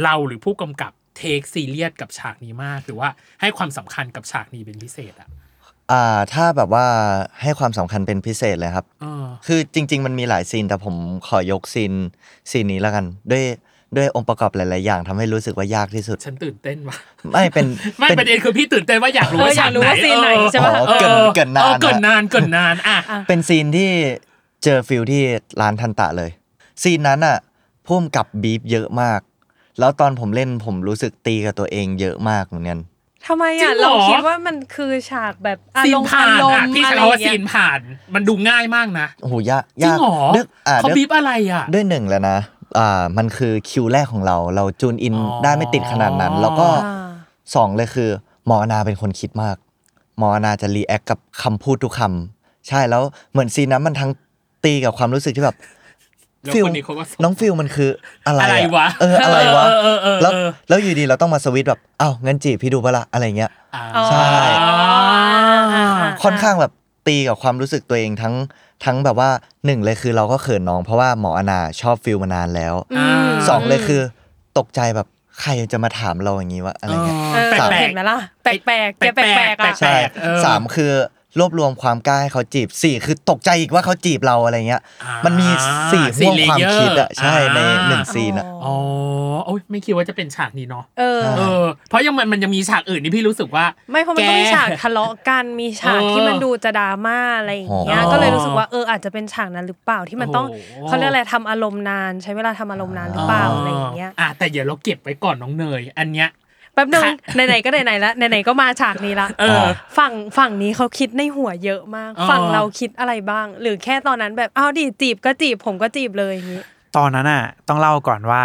เราหรือผู้กำกับเทคซีเรียสกับฉากนี้มาก หรือว่าให้ความสำคัญกับฉากนี้เป็นพิเศษอะ
อ่าถ้าแบบว่าให้ความสำคัญเป็นพิเศษเลยครับ
เออ
คือจริง ๆ มันมีหลายซีนแต่ผมขอยกซีนซีนนี้แล้วกัน ด้วยด้วยองค์ประกอบหลาย ๆ อย่างทำให้รู้สึกว่ายากที่สุด
ฉันตื่นเต้นว่ะ
ไม่เป็น
ไม่
เป็น
ประเด็นคือพี่ตื่นเต้นว่าอยากรู้
เออ
ว่า
อยากรู้ว่าซีนไหนใช่ปะ
ออ
อ๋อเกินเกินนาน
ออ
นะ
เกินนานเกินนานอ่ะ
เป็นซีนที่เจอฟิลที่ร้านทันตะเลย ซีนนั้นอ่ะพุ่มกับบีฟเยอะมาก แล้วตอนผมเล่นผมรู้สึกตีกับตัวเองเยอะมากเหมือนกัน
ทำไม
จริ
อ่ะ
งเหร
เรา
อ
คิดว่ามันคือฉากแบบอา
ซี
ร
น
มณ์
ผ่าน
อารม
อ่ะ
ณ์
พี่
อะ
ใช้
ไร
คำว่า
อ
ซี
ย่าง
น
เงี้ย
ผ่านมันดูง่ายมากนะ
โอ้โหยาก
จริง
ยาก
เหรอ
ดึกอ่า
เขา
ดึก
บีบอะไรอ่ะ
ด้วยหนึ่งแล้วนะ อ่า มันคือคิวแรกของเรา เราจูนอิน
อ๋อ
ได้ไม่ติดขนาดนั้น แล้วก็
อ่า
สองเลยคือหมออนาเป็นคนคิดมาก หมออนาจะรีแอคกับคำพูดทุกคำ ใช่ แล้วเหมือนซีนนั้นมันทั้งตีกับความรู้สึกที่แบบ
แล้ว
ฟิล
คนนี้เขาก็ส่ง
น้องฟิลมันคืออะไร
อะไรวะ
เออ อะไรวะ
เออเออเออเออ
แล้ว แล้วอยู่ดีเราต้องมาสวิตช์แบบ เอ้าวงั้นจีบพี่ดูปะละอะไรเงี้ย
อ่า
ใช่
อ่า
ค่อนข้างแบบตีกับความรู้สึกตัวเองทั้ง ทั้งแบบว่าหนึ่งเลยคือเราก็เขินน้อง เพราะว่าหมออนาชอบฟิลมานานแล้ว
อ่า
สองเลยคือตกใจแบบใครจะมาถามเราอย่างนี้วะอะไรเงี้ย
เออ
สาม
เห็นไหมล่ะ แปลกๆแกแปลกๆอ่ะ
ใช่
เออ
สามคือรวบรวมความกล้าให้เขาจีบสี่คือตกใจอีกว่าเขาจีบเราอะไรเงี้ย
อ่า
มันมีสี่ห่วงความคิดอะ
สี่เลเยอร์
ใช่ในหนึ่งซีนอะ
อ๋อโอ้ยไม่คิดว่าจะเป็นฉากนี้เนาะ
เออ
เออ เพราะยังมันมันยังมีฉากอื่นที่พี่รู้สึกว่า
ไม่เพราะมันก็มีฉากทะเลาะกันมีฉาก
เออ
ที่มันดูจะดราม่าอะไรอย่างเงี้ย
อ๋อ
ก็เลยรู้สึกว่าเอออาจจะเป็นฉากนั้นหรือเปล่าที่มันต้อง
โอ้โห
เขาเรียกอะไรทำอารมณ์นานใช้เวลาทำอารมณ์นานหรือเปล่าอะไรอย่างเงี้ย
อ่ะแต่เดี๋ยวเราเก็บไว้ก่อนน้องเนย อันเนี้ย
แป๊บนึง
ค่ะ
ไหนๆก็ไหนๆละไหนๆก็มาฉากนี้ละ
เออ
ฝั่งฝั่งนี้เขาคิดในหัวเยอะมาก
อ๋อ
ฝั่งเราคิดอะไรบ้าง หรือแค่ตอนนั้นแบบอ้าวดิจีบก็จีบผมก็จีบเลยอย่างงี้
ตอนนั้นอ่ะต้องเล่าก่อนว่า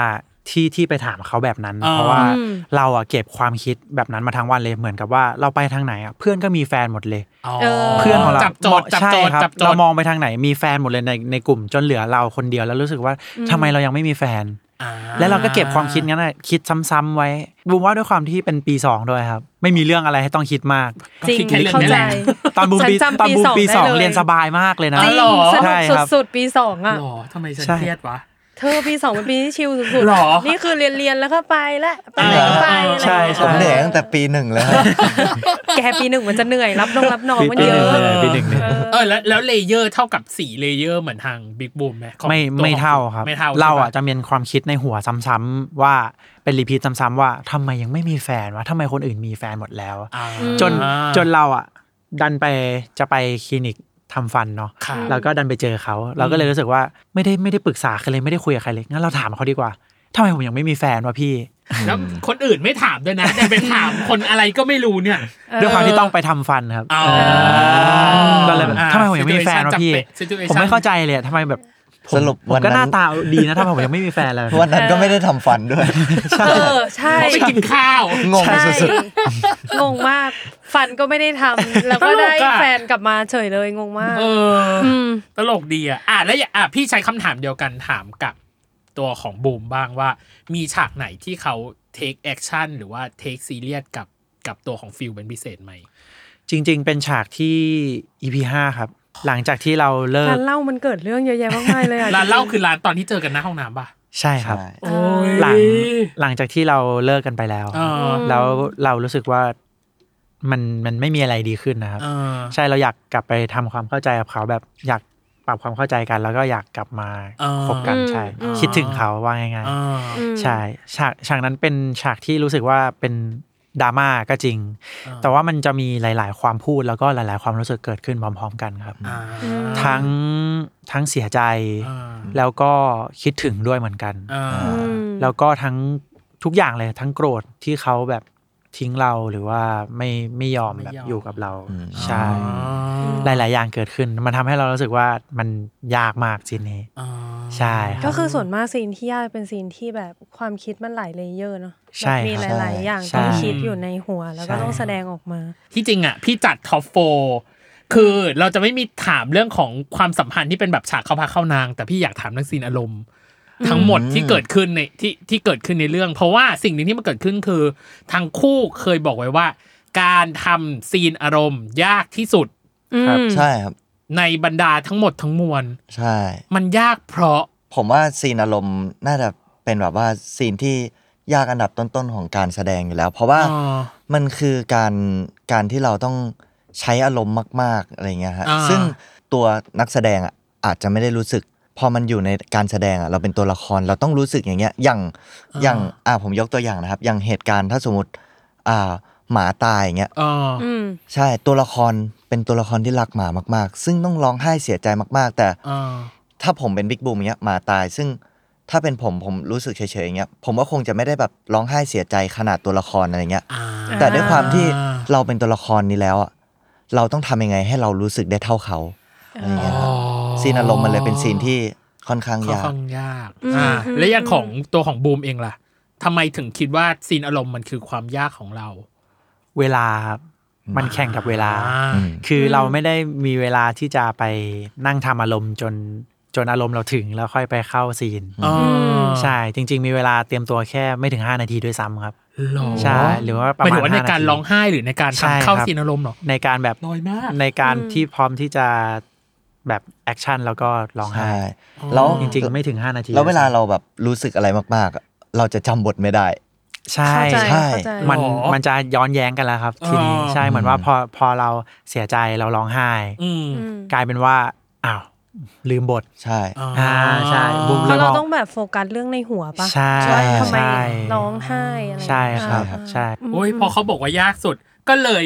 ที่ที่ไปถามเขาแบบนั้น
อ่า
เพราะว่า
อืม
เราอ่ะเก็บความคิดแบบนั้นมาทั้งวันเลยเหมือนกับว่าเราไปทางไหนอ่ะเพื่อนก็มีแฟนหมดเลย
อ๋อ
เออ
เพื่อนของเรา
จับจอดจับ
ใช่
จอด
ครับ
จับจอ
เรา
ด
มองไปทางไหนมีแฟนหมดเลยในในกลุ่มจนเหลือเราคนเดียวแล้วรู้สึกว่าทำไมเรายังไม่มีแฟน
อ่
แล้วเราก็เก็บความคิดงั้นน่ะคิดซ้ำๆไว้บูมว่าด้วยความที่เป็นปีสองด้วยครับ ไม่มีเรื่องอะไรให้ต้องคิดมาก
ก็
จริง
คิดแค่เรื่อง
เข้า
นี้
ใจ
แหละ
ตอนบูมปี
ฉันจำ
ตอนบูมปี
ปี
ส
ส
อ
อง
ง
ได้เลย
เรียนสบายมากเลยนะ
จริง
อ๋อเหรอ
สนุ
ใช่
ก
ครับ
สุดๆปีสองอ่ะ
หรอทำไมฉัน
ใช่
เครียดวะ
เธอปีสองเป็นปีที่ชิลสุด
หรอ
ๆนี่คือเรียนเรียนๆแล้วก็ไปละไปไหนก็ไปอะไรอย่างเงี้ย
ใช่
ผ
ใช่
มเหนื่อยตั้งแต่ปีหนึ่งเลย
แกปีหนึ่งมันจะเหนื่อยรับน้องรับน้องมัน
ปี
เย
หนึ่
อะ
งเลยปีหนึ่งเนี่ย
เออแล้วแล้วเลเยอร์เท่ากับสี่เลเยอร์เหมือนทางบิ๊กบูมไหมของ
ไม่
ตัว
ไม่
ของ
เท่าครับ
ไม่เท่า
เรา
ใช่ป
อ่ะจะมีความคิดในหัวซ้ำๆว่าเป็นรีพีทซ้ำๆว่าทำไมยังไม่มีแฟนวะทำไมคนอื่นมีแฟนหมดแล้ว
อ่า
จนจนเราอ่ะ ดันไปจะไปคลินิกทำฟันเนาะ
ครับ
เราก็ดันไปเจอเขา เราก็เลยรู้สึกว่าไม่ได้ไม่ได้ปรึกษาใครเลยไม่ได้คุยกับใครเลยงั้นเราถามเขาดีกว่าทำไมผมยังไม่มีแฟนวะพี่
แล้วคนอื่นไม่ถามด้วยนะ แต่เป็นถามคนอะไรก็ไม่รู้เนี่ย
ด้วยความที่ต้องไปทำฟันครับ
อ๋อ
ก็เลยแบบ
อ่า
ทำไมผมยังไม่มีแฟนวะพี่
situation
ผมไม่เข้าใจเลยอะทำไมแบบผม
สรุป
ผม
วัน
ก็
นั้น
หน้าตาดีนะทำไมผมยังไม่มีแฟนเลย
วันนั้นก็ไม่ได้ทำฟันด้วย
เออ ใช่
เขาไปกินข้าว
งง
ใช่
สุด
งงมาก ฟันก็ไม่ได้ทำแล้วก็ได้
ตลกอะ
แฟนกลับมาเฉยเลยงงมาก
เอออ
อืม
ตลกดีอ่ะอ่ะแล้วอย่าอ่ะพี่ใช้คำถามเดียวกันถามกับตัวของบูมบ้างว่า มีฉากไหนที่เขา take action หรือว่า take serious กับกับตัวของฟิลเป็นพิเศษไหม
จริง ๆ เป็นฉากที่ EP ห้าครับ หลังจากที่เราเลิก
ร้านเหล้ามันเกิดเรื่องเยอะแยะมากมายเลยอ่ะ
ร้านเหล่าคือร้านตอนที่เจอกันหน้าห้องน้ำป่ะ
ใช่
ๆ
ครับ
ใช่
โอ้ย
หลังหลังจากที่เราเลิกกันไปแล้ว
อ่า
แล้วเรารู้สึกว่ามันมันไม่มีอะไรดีขึ้นนะครับ
เออ
ใช่เราอยากกลับไปทำความเข้าใจกับเขาแบบอยากปรับความเข้าใจกัน แล้วก็อยากกลับมา
อ่า
คบกันใช่
อืม
คิดถึงเขาว่าง่าย
อ่า
ๆใช่ฉากฉากนั้นเป็นฉากที่รู้สึกว่าเป็นดราม่าก็จริง แต่ว่ามันจะมีหลาย ๆ ความพูดแล้วก็หลาย ๆ ความรู้สึกเกิดขึ้นพร้อม ๆ กันครับ
อ่า
ทั้งทั้งเสียใจ
อ่า
แล้วก็คิดถึงด้วยเหมือนกัน
อ่า
อืม
แล้วก็ทั้งทุกอย่างเลยทั้งโกรธที่เขาแบบทิ้งเราหรือว่าไม่ไม่ยอม
ไม่ยอม
แบบอยู่กับเรา
อืม
ใช่ หลาย ๆ อย่างเกิดขึ้น มันทำให้เรารู้สึกว่ามันยากมากซีนนี้
อ่า
ใช่ค
ก็
รับ
คือส่วนมากซีนที่ยากเป็นซีนที่แบบความคิดมันหลายเลเยอร์เนาะ
ใช่
แบบมีหลาย ๆ อย่าง
ใช่
ต้องคิดอยู่ในหัว แล้วก็
ใช่
ต้องแสดงออกมา
ที่จริงอ่ะพี่จัดท็อปโฟคือเราจะไม่มีถามเรื่องของความสัมพันธ์ที่เป็นแบบฉากเข้าพาเข้านาง แต่พี่อยากถามเรื่องซีนอารมณ์ ทั้งหมดที่เกิดขึ้นในที่ที่เกิดขึ้นในเรื่อง เพราะว่าสิ่งหนึ่งที่มันเกิดขึ้นคือทั้งคู่เคยบอกไว้ว่า การทำซีนอารมณ์ ยากที่สุด
ครับใช่ครับ
ในบรรดาทั้งหมดทั้งมวล
ใช่
มันยากเพราะ
ผมว่าซีนอารมณ์น่าจะเป็นแบบว่าซีนที่ยากอันดับต้นๆของการแสดงอยู่แล้ว เพราะว่า
อ๋อ
มันคือการการที่เราต้อง ใช้อารมณ์มาก ๆอะไรเงี้ยฮะ
อ่า
ซึ่งตัวนักแสดงอะอาจจะไม่ได้รู้สึก พอมันอยู่ในการแสดงอะเราเป็นตัวละครเราต้องรู้สึกอย่างเงี้ยอย่างอย่างอ่าผมยกตัวอย่างนะครับ อย่างเหตุการณ์ถ้าสมมติอ่าหมาตายอย่างเงี้ย
เออ
อืม
ใช่ตัวละครเป็นตัวละครที่รักหมามาก ๆ ซึ่งต้องร้องไห้เสียใจมาก ๆ แต่
เออ
ถ้าผมเป็นบิ๊กบูมเนี้ยหมาตาย ซึ่งถ้าเป็นผมผมรู้สึกเฉยๆอย่างเงี้ยผมก็คงจะไม่ได้แบบร้องไห้เสียใจขนาดตัวละครอะไรเงี้ย
อ่า
แต่ด้วยความที่เราเป็นตัวละครนี้แล้วอะเราต้องทำยังไงให้เรารู้สึกได้เท่าเขาอะไรเงี้ยครับ
อ๋อ
ซีนอารมณ์มันเลยเป็นซีนที่ค่อนข้าง
ค่อน
ยาก
ข้างยาก
อืม
อ่า
อืม
แล้วอย่างของตัวของบูมเองล่ะทำไมถึงคิดว่าซีนอารมณ์มันคือความยากของเรา
เวลาครับมันแข่งกับเวลา
อ่า
อืม
คือเราไม่ได้มีเวลาที่จะไปนั่งทำอารมณ์จนจนอารมณ์เราถึงแล้วค่อยไปเข้าซีน
อ๋อ
ใช่จริง ๆ มีเวลาเตรียมตัวแค่ไม่ถึง 5 นาทีด้วยซ้ำครับ
หรอ
ใช่หรือว่าประ
หมา
มาณ
ยถึงว่าในการ
ห้านาที
ร้องไห้หรือในการ
ใช่ครับ
ทำเข้าซีนอารมณ์เหรอ
ในการแบบ
น้อยมาก
ในการที่พร้อมที่จะแบบแอคชั่นแล้วก็ร้องไห้
ใช่แล้ว
จริงๆไม่ถึง 5 นาที
แล้วเวลาเราแบบรู้สึกอะไรมากๆอะเราจะจำบทไม่ได้
ใช่
เข้าใจ
ใช่
เข้าใจ
มัน
หรอ
มันจะย้อนแย้งกันแล้วครับ ทีนี้
อ๋อ
ใช่เหมือนว่าพอพอเราเสียใจเราร้องไห้
อืม
อืม
กลายเป็นว่าอ้าวลืมบท
ใช่
อ่าใช่บูม
เพ
ล
ราะ
ย
เราต้องแบบโฟกัสเรื่องในหัวปะ
ใช่
ว่าทำไม
ใช่
ร้องไห้อะไร
ใช่ค
อ่า
รับ
ใช่ครับ
ใช่
ม
โอ้ยพอเขาบอกว่ายากสุดก็เลย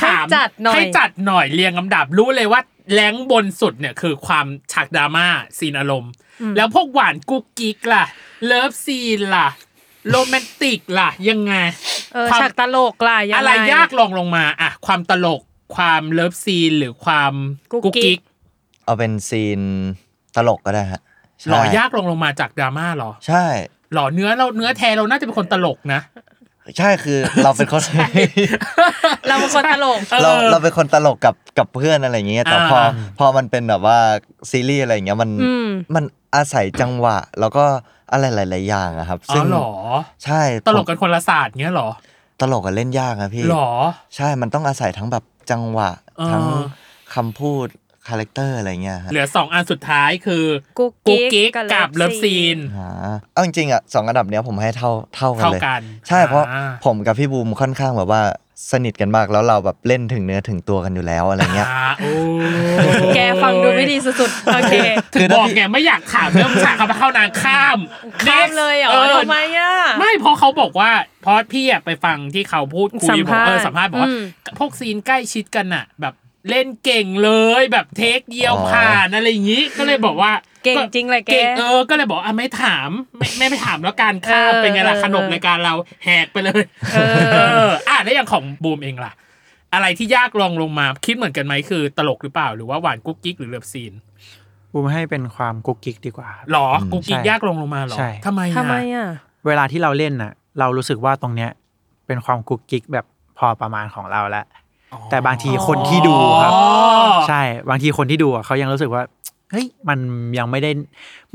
ถาม
ให้จัดหน่อย
ให้จัดหน่อยเรียงลำดับรู้เลยว่าแรงบนสุดเนี่ยคือความฉากดราม่าซีนอารมณ์ แล้วพวกหวานกุ๊กกิ๊กล่ะ เลิฟซีนล่ะ โรแมนติกล่ะ ยังไง
เออ
ความ
ฉากตลกล่ะยังง
อะไรยากลองลงมาอะความตลกความเลิฟซีนหรือความ
กุ๊กกิ๊
กุ๊ก
ก
กิ๊ก
เอาเป็นซีนตลกก็ได้ฮะใช่
หล่อยากลองลงมาจากดราม่าหรอ
ใช่
หล่อเนื้อเราเนื้อแท้เราน่าจะเป็นคนตลกนะ
ใช่คือเราเป็นคน
เราเป็นคนตลก
เราเราเป็นคนตลกกับกับเพื่อนอะไรอย่างเงี้ยแต่พอ
อ่า
พอมันเป็นแบบว่าซีรีส์อะไรอย่างเงี้ยมัน
อืม
มันอาศัยจังหวะ แล้วก็อะไรหลาย ๆ อย่างอะครับ
อ๋
ซึ่
อง หรอ
ใช่
ตลกกันคนละศาสตร์เงี้ยหรอ
ตลกกันเล่นยากนะพี่
หรอ
ใช่มันต้องอาศัยทั้งแบบจังหวะ
อ่า
ทั้งคำพูดคาแรคเตอร์อะไรเงี้ยฮะ
เหลือสองอันสุดท้ายคือ
กุ๊กกิ๊กกับ
กับเลิฟ
Love
ซีน
Scene
อ่าเอาจริงๆอะสองอันดับเนี้ยผมให้เท่าเท่ากัน
เท่า
เลย
กัน
ใช่เพราะ
อ่
ผมกับพี่บูมค่อนข้างแบบว่าสนิทกันมากแล้วเราแบบเล่นถึงเนื้อถึงตัวกันอยู่แล้วอะไรเงี้ย
อ่าโอ้
แกฟังดูไม่ดีสุดๆ โอเค
ถึงบอกไงไม่อยากถามเรื่องฉากเขาเข้านางข้าม
ข้ามเลยเหรอ
Next
ทำไมอ่ะ
ไม่เพราะเขาบอกว่าเพราะพี่อะไปฟังที่เขาพูดคุ
สั
ย
ม
ผม
ภาษณ์
เออสัมภาษณ์บอกว่า
อืม
พวกซีนใกล้ชิดกันอะแบบเล่นเก่งเลยแบบเทคเดียว
อ๋อ
ผ่านอะไรอย่างนี้ก็เลยบอกว่า
เก่งจริงเลยแก
เก่งเออก็เลยบอกอ่ะไม่ถามไม่ไม่ไปถามแล้วการข้าม
เออ
เป็นไงล่ะ
เออ
ขนมรายการเราแหกไปเลย
เออ
เออ่ะแล้วอย่างของบูมเองล่ะ อะไรที่ยากลองลงมาคิดเหมือนกันไหมคือตลกหรือเปล่าหรือว่าหวานกุ๊กกิ๊กหรือเลิฟซีน
บูมให้เป็นความกุ๊กกิ๊กดีกว่าครับ
หรอกุ๊กกิ๊ก
ใช่
ยากลงลงมาหรอ
ใช่
ทำไมอะ
ทำไมอ่ะ
เวลาที่เราเล่นน่ะ เรารู้สึกว่าตรงเนี้ยเป็นความกุ๊กกิ๊กแบบพอประมาณของเราแล้วแต่บางทีคนที่ดูครับ
อ๋อ
ใช่บางทีคนที่ดูอ่ะเขายังรู้สึกว่าเฮ้ยมันยังไม่ได้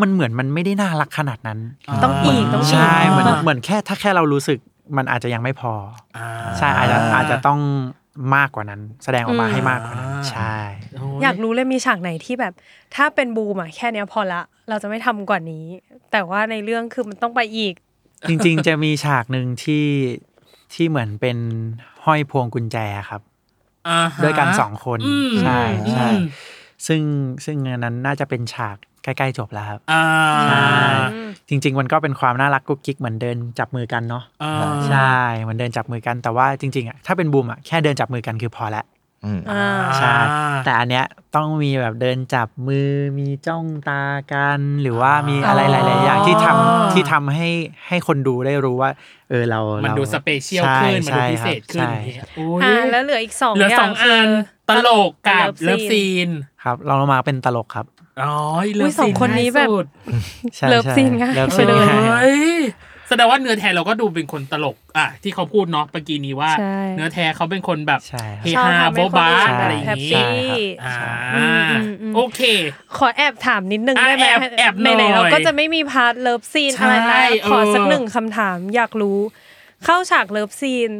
มันเหมือนมันไม่ได้น่ารักขนาดนั้น
ต้องอีกต้องอีก
ใช่เหมือน
อ่า
เหมือนแค่ถ้าแค่เรารู้สึกมันอาจจะยังไม่พอ
อ่า
อใช่อาจจะอาจจะต้องมากกว่านั้น แสดงออกมาให้มากกว่านั้น
อ่า
ใช่
โอ้
อยากรู้เลยมีฉากไหนที่แบบ ถ้าเป็นบูมอ่ะแค่เนี้ยพอละ เราจะไม่ทำกว่านี้ แต่ว่าในเรื่องคือมันต้องไปอีก
จริงๆ จะมีฉากหนึ่งที่ที่เหมือนเป็นห้อยพวงกุญแจครับ
อ่าฮะ
ด้วยกันสองคน
อืม
ใช่ใช่
อืม
ซึ่งซึ่งอันนั้นน่าจะเป็นฉากใกล้ๆจบแล้วครับ
อ่า
ใช่จริง ๆ มันก็เป็นความน่ารักกุ๊กกิ๊กเหมือนเดินจับมือกันเนาะ
อ่า
ใช่เหมือนเดินจับมือกันแต่ว่าจริงๆอ่ะถ้าเป็นบูมอ่ะแค่เดินจับมือกันคือพอละ
อืม
อ่า
ใช่ แต่อันเนี้ยต้องมีแบบเดินจับมือมีจ้องตากัน หรือว่ามีอะไรหลาย ๆ อย่างที่ทำที่ทำให้ให้คนดูได้รู้ว่า เออเรา
มั
มัน
ดูสเปเชียลขึ้น มันดูพิเศษขึ้น
ครับใช่
โอ้ย
อ่าแล้วเหลืออีกสอง
เหลือสองอัน ตลกกับเลิฟซีน
ครับเราลงมาเป็นตลกครับ
อ๋อเลิฟ
สอ
ซี
ง
น
คนนี้แบบ
ง่ายสุด
ใช่
เลิฟ
ใช่
ซีนง่าย
เลิฟ
เ
ซีนง่าย
อ้ยแสดงว่าเนื้อแท้เราก็ดูเป็นคนตลกอ่ะที่เขาพูดเนาะเมื่อกี้นี้ว่า
ใช่
เนื้อแท้เขาเป็นคนแบบ
ใช่ครับ
เฮ
ชอบ
ฮา
ทำ
โบ
ให้คน
บา
อื่น
อะไร
แบ
อ
แฮ
บ ย่าง
ป
นี้
ปี้
อ่า
อืมอืมอืม
โอเค
ขอแอบถามนิดนึง
อ่ะ
ได้ไหม
แอบแอบหน่อย
ในๆเราก็จะไม่มีพาร์ทเลิฟซีนอะไร
ใช่
นะขอ
เออ
สักหนึ่งคำถามอยากรู้ เข้าฉากเลิฟซีน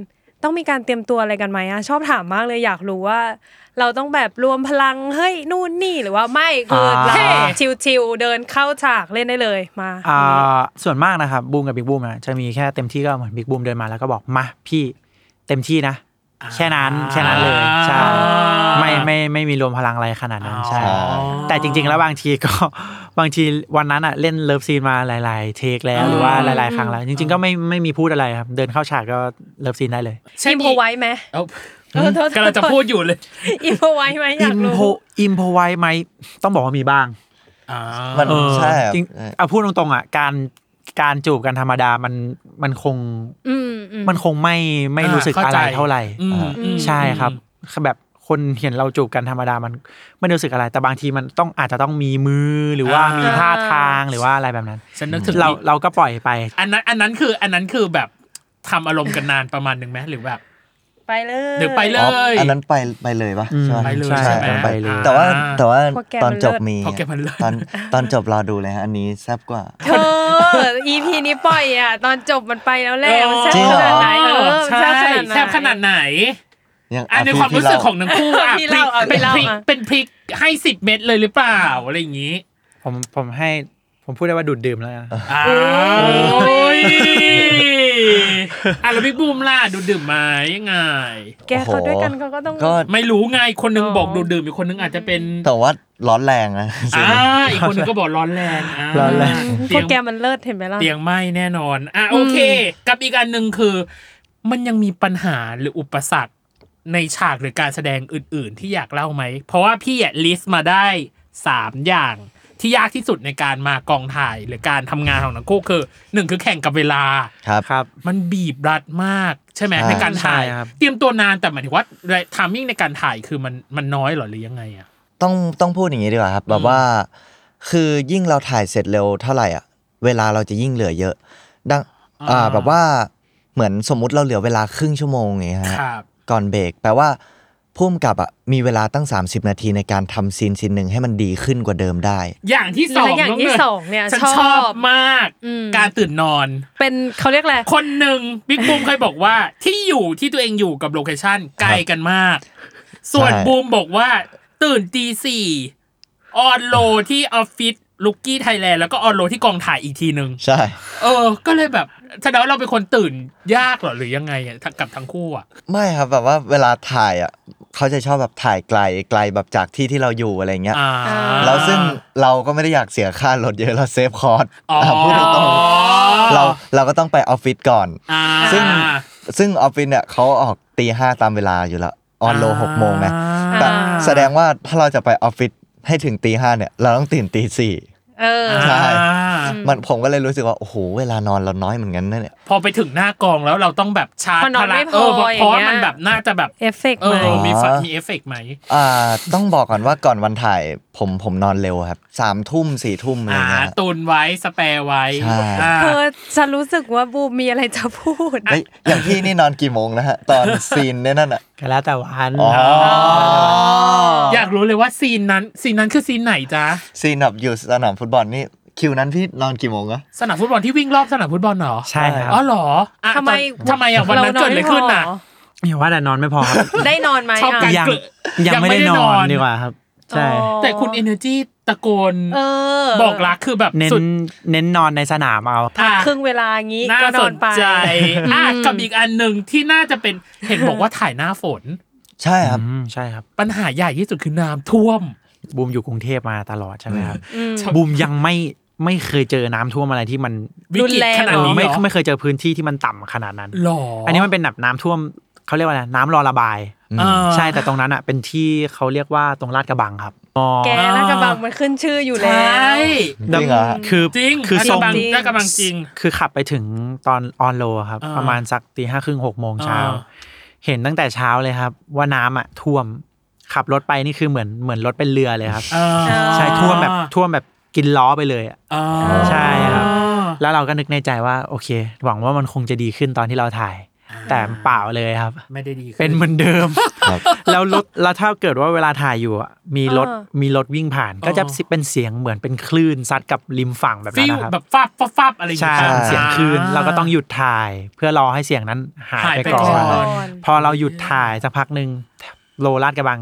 ต้องมีการเตรียมตัวอะไรกันไหมอะชอบถามมากเลยอยากรู้ว่า เราต้องแบบรวมพลังเฮ้ยนู่นนี่หรือว่าไม่คือ
อ่า
เราชิวๆเดินเข้าฉากเล่นได้เลยมา
อ่าส่วนมากนะครับบูมกับบิ๊กบูมอะจะมีแค่เต็มที่ก็เหมือนบิ๊กบูมเดินมาแล้วก็บอกมาพี่เต็มที่นะ แค่นั้นแค่นั้นเลยใช่
อ่า
ไม่ไม่ไม่มีรวมพลังอะไรขนาดนั้นใช่
อ๋อ
แต่จริง ๆ แล้วบางทีก็ บางทีวันนั้นอ่ะเล่นเลิฟซีนมาหลาย ๆ เทคแล้วหรือว่าหลาย ๆ ครั้งแล้ว จริง ๆ ก็ไม่ไม่มีพูดอะไรครับ เดินเข้าฉากก็เลิฟซีนได้เลย
เช่
อิ
น
มโพไว้ไหม
เอ้าำลังจะพูดอยู่เลย
อิมโพไว้ไหมอ
อิ
ยาก
มโพ
รู้
อิมโพไว้ไหมต้องบอกว่ามีบ้าง
อ่า
มัน
เออ
ใช่ครับ
จริง
เออ
เอาพูดตรงๆอ่ะการการจูบกันธรรมดามันมันคง
อืมอืม
มันคงไม่ไม่รู้สึก
เข้า
อะไร
ใจ
เท่าไหร่
อืมอืม
ใช่ครับแบบคนเห็นเราจูบกันธรรมดามันไม่รู้สึกอะไร แต่บางทีมันต้องอาจจะต้องมีมือหรือว่ามีท่าทางหรือว่าอะไรแบบนั้น
ฉันนึกถึง
เราเราก็ปล่อยไป
อันนั้นอันนั้นคืออันนั้นคือแบบทำอารมณ์กันนานประมาณหนึ่งไหมหรือแบบ
ไปเลย
หรือไปเล
อ๋อย อันนั้นไปไปเลยปะ
อืม
ใช่ปะ
ไปเลย
ใช่
ใช่ไหม
อันนั้นไปเลย
อ่
แต่ว่าแต่ว่า
พวกแก
ตอน
มัน
จบ
เลิศ
มี
พวกแกมันเลิศ
ตอนตอนจบรอดูเลยฮะอันนี้แซ่บกว่า
เธอ EP นี้ปล่อยอ่ะ ตอนจบมันไปแล้วแหละมันแซ่บ
จริง
ข
เหรอ
นาดไหนเออ
ใช่
มัน
แซ่บขนาดไหน
ยัง
อันใน
พี่
ความ
พี่
รู้สึก
เล่
ของทั้งคู่อ่ะ
พี่เล่าอ่ะ
พริก
พี่เล่า
พริก
อ่ะ
เป็นพริกให้สิบเม็ดเลยหรือเปล่าอะไรอย่างนี้
ผมผมให้ผมพูดได้ว่าดูดดื่มแล้วกัน
อ้าวอ่ะแล้วพี่บูมล่ะดูดื่มไหมยังไง
แกเขาด้วยกันเขาก็ต้อง
ก็
ไม่รู้ไงคนหนึง
อ๋อ
บอกดูดื่มอีกคนหนึงอาจจะเป็น
แต่ว่าร้อนแรงนะ
อ่าอีกคนหนึงก็บอกร้อนแรงา
ร้อนแรง
พวก
เตียง
แกมันเลิศเห็นไหมล่ะ
เตียงไหมแน่นอนอ่ะโอเค กับอีกอันหนึ่งคือ มันยังมีปัญหาหรืออุปสรรคในฉากหรือการแสดงอื่น ๆ ที่อยากเล่าไหม เพราะว่าพี่อ่ะลิสต์มาได้สามอย่างที่ยากที่สุดในการมากองถ่ายหรือการทำงานของนักคู่คือหนึ่งคือแข่งกับเวลา
ครับ
ครับ
มันบีบรัดมากใช่ไหม
ใช่
ในการถ่าย
ใช่ครับ
เตรียมตัวนานแต่หมายถึงว่าทามมิ่งในการถ่ายคือมันมันน้อยเหรอหรือยังไงอ่ะ
ต้องต้องพูดอย่างนี้ดีกว่าครับ แบ
อื
บ
ม
ว่า คือยิ่งเราถ่ายเสร็จเร็วเท่าไหร่อ่ะ เวลาเราจะยิ่งเหลือเยอะ ดังอ่าแบบว่าเหมือนสมมุติเราเหลือเวลาครึ่งชั่วโมงอย่างเงี้ยฮะ
ครับ
ก่อนเบรกแปลว่าพุ่มกับอ่ะมีเวลาตั้ง 30 นาทีในการทำซีนซีนหนึ่งให้มันดีขึ้นกว่าเดิมได้
อย่างที่สอง
และอย่างที่
น้
สองเนี่ย
ฉัน
ชอบ
ชอบมาก
อืม
การตื่นนอน
เป็นเขาเรียกอะไร
คนหนึ่งบิ๊กบูมเคยบอกว่าที่อยู่ที่ตัวเองอยู่กับโลเคชั่นไกลกันมาก ส่วน
ใช่
บูมบอกว่า ตื่นตีสี่ออนโลที่ออฟฟิศลุกกี้ไทยแลนด์แล้วก็ออนโลที่กองถ่ายอีกทีหนึ่ง
ใช่
เออ ก็เลยแบบแสดงว่าเราเป็นคนตื่นยากเหรอหรือยังไงอะกับทั้งคู่อ่ะ
ไม่ครับแบบว่าเวลาถ่ายอ่ะเขาจะชอบแบบถ่ายไกลไกลแบบจากที่ที่เราอยู่อะไรเงี้ย
อ่า
แล้วซึ่งเราก็ไม่ได้อยากเสียค่ารถเยอะเราเซฟคอร์ส
อ๋ออ่
ะพูดตรงๆเราเราก็ต้องไปออฟฟิศก่อน
อ่า
ซึ่ง ซึ่งออฟฟิศเนี่ยเขาออกตีห้าตามเวลาอยู่แล้วออนโลหกโมงไงแต่
อ่า
แสดงว่าถ้าเราจะไปออฟฟิศให้ถึงตีห้าเนี่ย เราต้องตื่นตีสี่
เออ
ใช่
อ่า
มันผมก็เลยรู้สึกว่า โอ้โห เวลานอนเราน้อยเหมือนกันนะเนี่ย
พอไปถึงหน้ากองแล้วเราต้องแบบชาร์จ
มันนอนไม่พอ
เออเพราะ
อย่าง
ว่า
เงี้ย
มันแบบน่าจะแบบ
เอฟเฟกต์
เอ
ไหม
อมีฝั
อ๋อ
มีเอฟเฟกต์ไหม
อ่า ต้องบอกก่อนว่าก่อนวันถ่ายผมผมนอนเร็วครับสามทุ่มสี่ทุ่มอะไร
อ่า
เงี้ย
ตุนไว้สเปรไว้
ใช่
อ่า
เธอฉันรู้สึกว่าบูมมีอะไรจะพูด
เฮ้ยอย่างพี่นี่นอนกี่โมงนะฮะ ตอน ซีนเนี่ยนั่นอ่ะ
ก็แล้วแต่วัน
อ๋อ
อยากรู้เลยว่าซีนนั้นซีนนั้นคือซีนไหนจ๊ะ
ซีนแบบอยู่สนามฟุตบอลนี่คิวนั้นพี่นอนกี่โมงอะ
สนามฟุตบอลที่วิ่งรอบสนามฟุตบอลเหรอ
ใช่ครับ
อ๋อเหรออ่ะ
ทำไม
ตอนทำไมอ่ะวันนั้นเกิดอะไรขึ้นน่ะ
อย่าว่าแต่นอนไม่พอครับ
ได้นอนไหม
ชอบกั
อ่ะ
น
ยัง
เกิด
ยัง
ยังไม่
ไม่ได้
ได้
นอน
นอน
ดีกว่าครับ ใช่
อ๋อ
แต่คุณเอเนอร์จีตะโกน
เออ
บอกรักคือแบบ
เน้น
สุด
เน้นนอนในสนามเอา
อ่ะ
ครึ่งเวลางี้
น่า
ก็น
ส
อน
น
ไป
ใจอ่ะกับอีกอันหนึ่งที่น่าจะเป็น เห็นบอกว่าถ่ายหน้าฝน
ใช่ครับ
อืมใช่ครับ
ปัญหาใหญ่ที่สุดคือน้ำท่วม
บูมอยู่กรุงเทพมาตลอดใช่ไหมครับบูมยังไม่ไม่เคยเจอน้ำท่วมอะไรที่มัน
วิกฤตขนาดนี้
ไม่
เหรอ
ไม่เคยเจอพื้นที่ที่มันต่ำขนาดนั้น
หรอ
อันนี้มันเป็นแบบน้ำท่วมเขาเรียกว่าอะไรน้ำรอระบาย
อ่า
ใช่แต่ตรงนั้นอ่ะเป็นที่เขาเรียกว่าตรงลาดกระบังครับมอ
แกน่าจะบังมันขึ้นชื่ออยู่แล้ว
ใช่
จริงเหรอฮะ
คือ
จริง
คือ
ลาด
ท
กระ
รง
บังลาดกระบังจริง
คือขับไปถึงตอนออนโลครับ
อ่า
ประมาณสักตีห้าครึ่งหกโมงเช้า
อ่า
เห็นตั้งแต่เช้าเลยครับ ว่าน้ำอ่ะท่วมขับรถไปนี่คือเหมือนเหมือนรถเป็นเรือเลยครับ
อ่า
ใช่ท่วมแบบท่วมแบบกินล้อไปเลยอะ
อ่า
ใช่ครับ แล้วเราก็นึกในใจว่าโอเค หวังว่ามันคงจะดีขึ้นตอนที่เราถ่าย แต่เปล่าเลยครับ
ไม่ได้ดีขึ้
เป็นเหมือนเดิม
ครับ
แล้วรถแล้วถ้าเกิดว่าเวลาถ่ายอยู่อะมีรถ
อ่า
มีรถวิ่งผ่าน ก็จะเป็นเสียงเหมือนเป็นคลื่นซัดกับริมฝั่งแบบ
ฟิ
นั้น
ล
นะครับ
แบบฟาบฟาบฟาบอะไรอย่าง
ใช่
เงี้ย
เสียงคลื่นเราก็ต้องหยุดถ่าย เพื่อรอให้เสียงนั้นหาย
หาย
ไป
ไป
ก่
ก่
อ
อน
ก่อน
น
พอเราหยุดถ่ายสักพักหนึ่งโลลาดกระบัง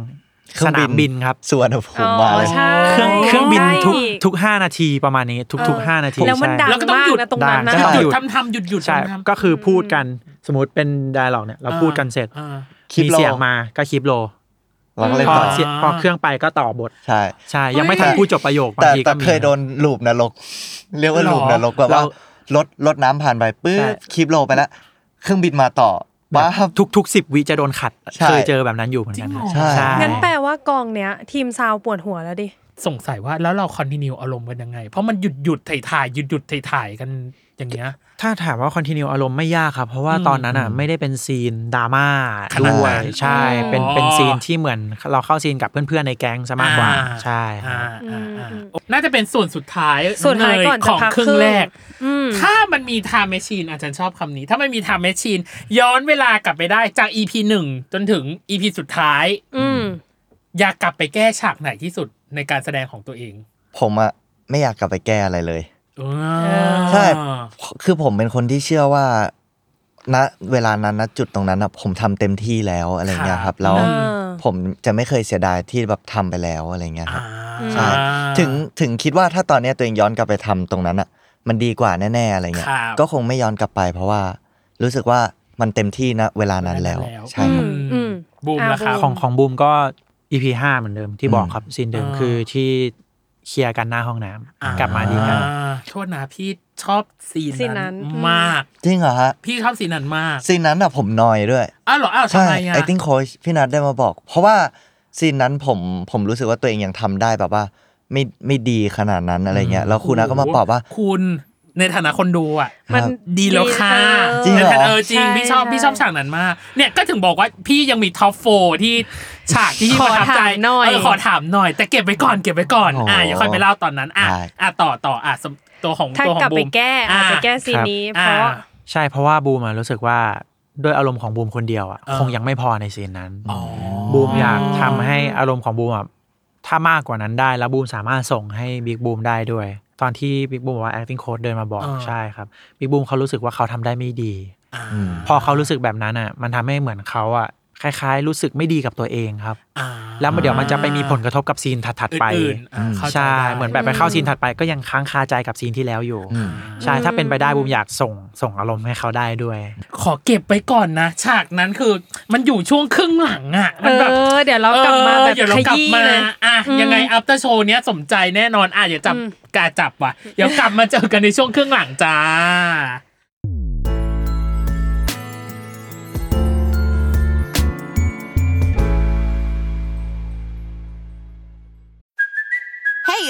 เครื่
ส
องบิ
นาน มบินครับ
สุวรรณภูมิมาเลย
ใช่
เครื่องเครื่องบินทุก
ใช่
ทุกห้านาทีประมาณนี้ทุกทุกห้านาที
แล้วมัน
ใช่
ดัง
แล้วก็ต้อง
มาก
หยุด
นะตรงนั้นนะ
ดัง
ห
หยุ
ยุด
ด
ทำทำหยุดหยุด
ใช่
ทำทำ
ก็คือพูดกันสมมติเป็นไดร์ล็อกเนี่ยเราพูดกันเสร็จ
อ่า
คลิป
มี
โล
เสียงมาก็คลิปโล
เราก็เลย
พอ
ต่อ
เสียงพอเครื่องไปก็ต่อบท
ใช่
ใช่ ยังไม่ทันพูดจบประโยคบาง
แต่
ที
แต่
ก็มี
เคยโดนลูปนรก เรียกว่า
หรอ
ลูปนรกแบบว่า
เรา
รถรถน้ำผ่านไปปื๊
ใช่
บคลิปโลไปแล้วเครื่องบินมาต่อ
แบบ
ว้าบ
ทุกทุกสิบวิจะโดนขัด
ใช่
เคยเจอแบบนั้นอยู่เหมือนกันครับ
จริงเหรอ
ใช่
งั้นแปลว่ากองเนี้ย ทีมซาวปวดหัวแล้วดิ
สงสัยว่าแล้วเราคอนติเนียอารมณ์กันยังไง เพราะมันหยุดหยุดถ่ายถ่ายหยุดหยุดถ่ายถ่ายกันอย่างเงี้ย
ถ้าถามว่าคอนติเนียอารมณ์ไม่ยากครับ เพราะว่า
อืม
ตอนนั้นอ่ะไม่ได้เป็นซีนดราม่า
ขนาด
ด้วย
นั้น
ใช่เป็น
อ๋อ
เป็นซีนที่เหมือนเราเข้าซีนกับเพื่อนๆในแก๊งซะมากกว่า
อ่
ใช่
อ่า
อื
อ่า
ม
อ่าน่าจะเป็นส่วนสุดท้าย
ส่วนท้ายก่อน
เของ
จะพัก
ครึ่
ครึ่
ง
ง
แรก
อืม
ถ้ามันมี time machine อาจารย์ชอบคำนี้ ถ้ามันมี time machine ย้อนเวลากลับไปได้จาก EP หนึ่งจนถึง EP สุดท้าย
อืม
อยากกลับไปแก้ฉากไหนที่สุดในการแสดงของตัวเอง
ผมอะไม่อยากกลับไปแก้อะไรเลย
อ่า
ใช่ คือผมเป็นคนที่เชื่อว่าณเวลานั้นณจุดตรงนั้นอะผมทำเต็มที่แล้วอะไรเงี้ยครับ แล้ว
เออ
ผมจะไม่เคยเสียดายที่แบบทำไปแล้วอะไรเงี้ยค
อ่า
รับ ใช่ ถึงถึงคิดว่าถ้าตอนเนี้ยตัวเองย้อนกลับไปทำตรงนั้นอะมันดีกว่าแน่ๆอะไรเงี้
ค
ย
รับ
ก็คงไม่ย้อนกลับไป เพราะว่ารู้สึกว่ามันเต็มที่นะเวลานั้นแล้ว
เวลานั้นแล้ว
ใช่ครับ
อืม
บูม
อ่า
แล้วครับ
บูม
ของของบูมก็ EP ห้าเหมือนเดิมที่บอก
อืม
ครับซีนเดิม
อ่า
คือที่เคลียร์กันหน้าห้องน้ำกลับมาดีกัน
อ่าโทษนะพี่ชอบซี
ซีนนั้นอืม
มาก
จริงเหรอฮะ
พี่ชอบซีนนั้นมาก
ซีนนั้นอะผมนอยด้วย
อ้าวเหรออ้าวทำ
ใช่
ไมอ่ะ
acting coach พี่นัทได้มาบอก เพราะว่าซีนนั้นผมผมรู้สึกว่าตัวเองยังทำได้แบบว่าไม่ไม่ดีขนาดนั้นอะไรเงี้ยแล้วครูนัทก็มาบอกว่า
คุณในฐานะคนดูอ่ะ
ครับ
มัน
ดีแล้วค่ะ
เออ
จริงเหรอ
เออจริง
ใช่
พี่ชอบ
ใช่
พี่ชอบฉากนั้นมาก เนี่ยก็ถึงบอกว่าพี่ยังมีท็อปโฟที่ฉากที่พี่ประทับ
ข
ใจ
อถามหน่อย
เออขอถามหน่อย แต่เก็บไว้ก่อนเก็บไว้ก่อน
โอ้
อ่ะอย่าค่อยไปเล่าตอนนั้น อ่ะ
ได้
อ่ะต่อต่ออ่ะสมตัวของ
ถ้า
ตัวของ
กลับ
บู
ไป
ม
แก้อาจจะแก้ซีนนี้
อ่า
เพราะ
ใช่เพราะว่าบูมอะรู้สึกว่าด้วยอารมณ์ของบูมคนเดียวอ่ะ
เออ
คงยังไม่พอในซีนนั้น
อ๋อ
บูมอยากทำให้อารมณ์ของบูมอะถ้ามากกว่านั้นได้แล้วบูมสามารถส่งให้บิ๊กบูมได้ด้วย ตอนที่บิ๊กบูมบอกว่า acting coach เดินมาบอก
อ่า
ใช่ครับบิ๊กบูมเขารู้สึกว่าเขาทำได้ไม่ดี
อ่า
พอเขารู้สึกแบบนั้นอ่ะ มันทำให้เหมือนเขาอ่ะคล้ายๆ รู้สึกไม่ดีกับตัวเองครับ
อ่า
แล้วเดี๋ยวมันจะไปมีผลกระทบกับซีนถัดๆไป
อื่นๆอ่าเข้าจ
ใช่
ได้
เหมือนแบบไปเข้าซีนถัดไปก็ยังค้างคาใจกับซีนที่แล้วอยู่
อืม
ใช่ถ้าเป็นไปได้บูมอยากส่งส่งอารมณ์ให้เขาได้ด้วย
ขอเก็บไปก่อนนะ ฉากนั้นคือมันอยู่ช่วงครึ่งหลังอ่ะ
เอ
มันแบบ
อ เดี๋ยวเรากลับมาแบบ
เออเดี๋ยวเรา
ข
กลับ
ยี้
มา
เลย
อ่ะยังไง after show เนี้ยสมใจแน่นอนอ่ะเดี๋ยวจับกาจับว่ะเดี๋ยวกลับมาเจอกันในช่วงครึ่งหลังจ้า
Hey,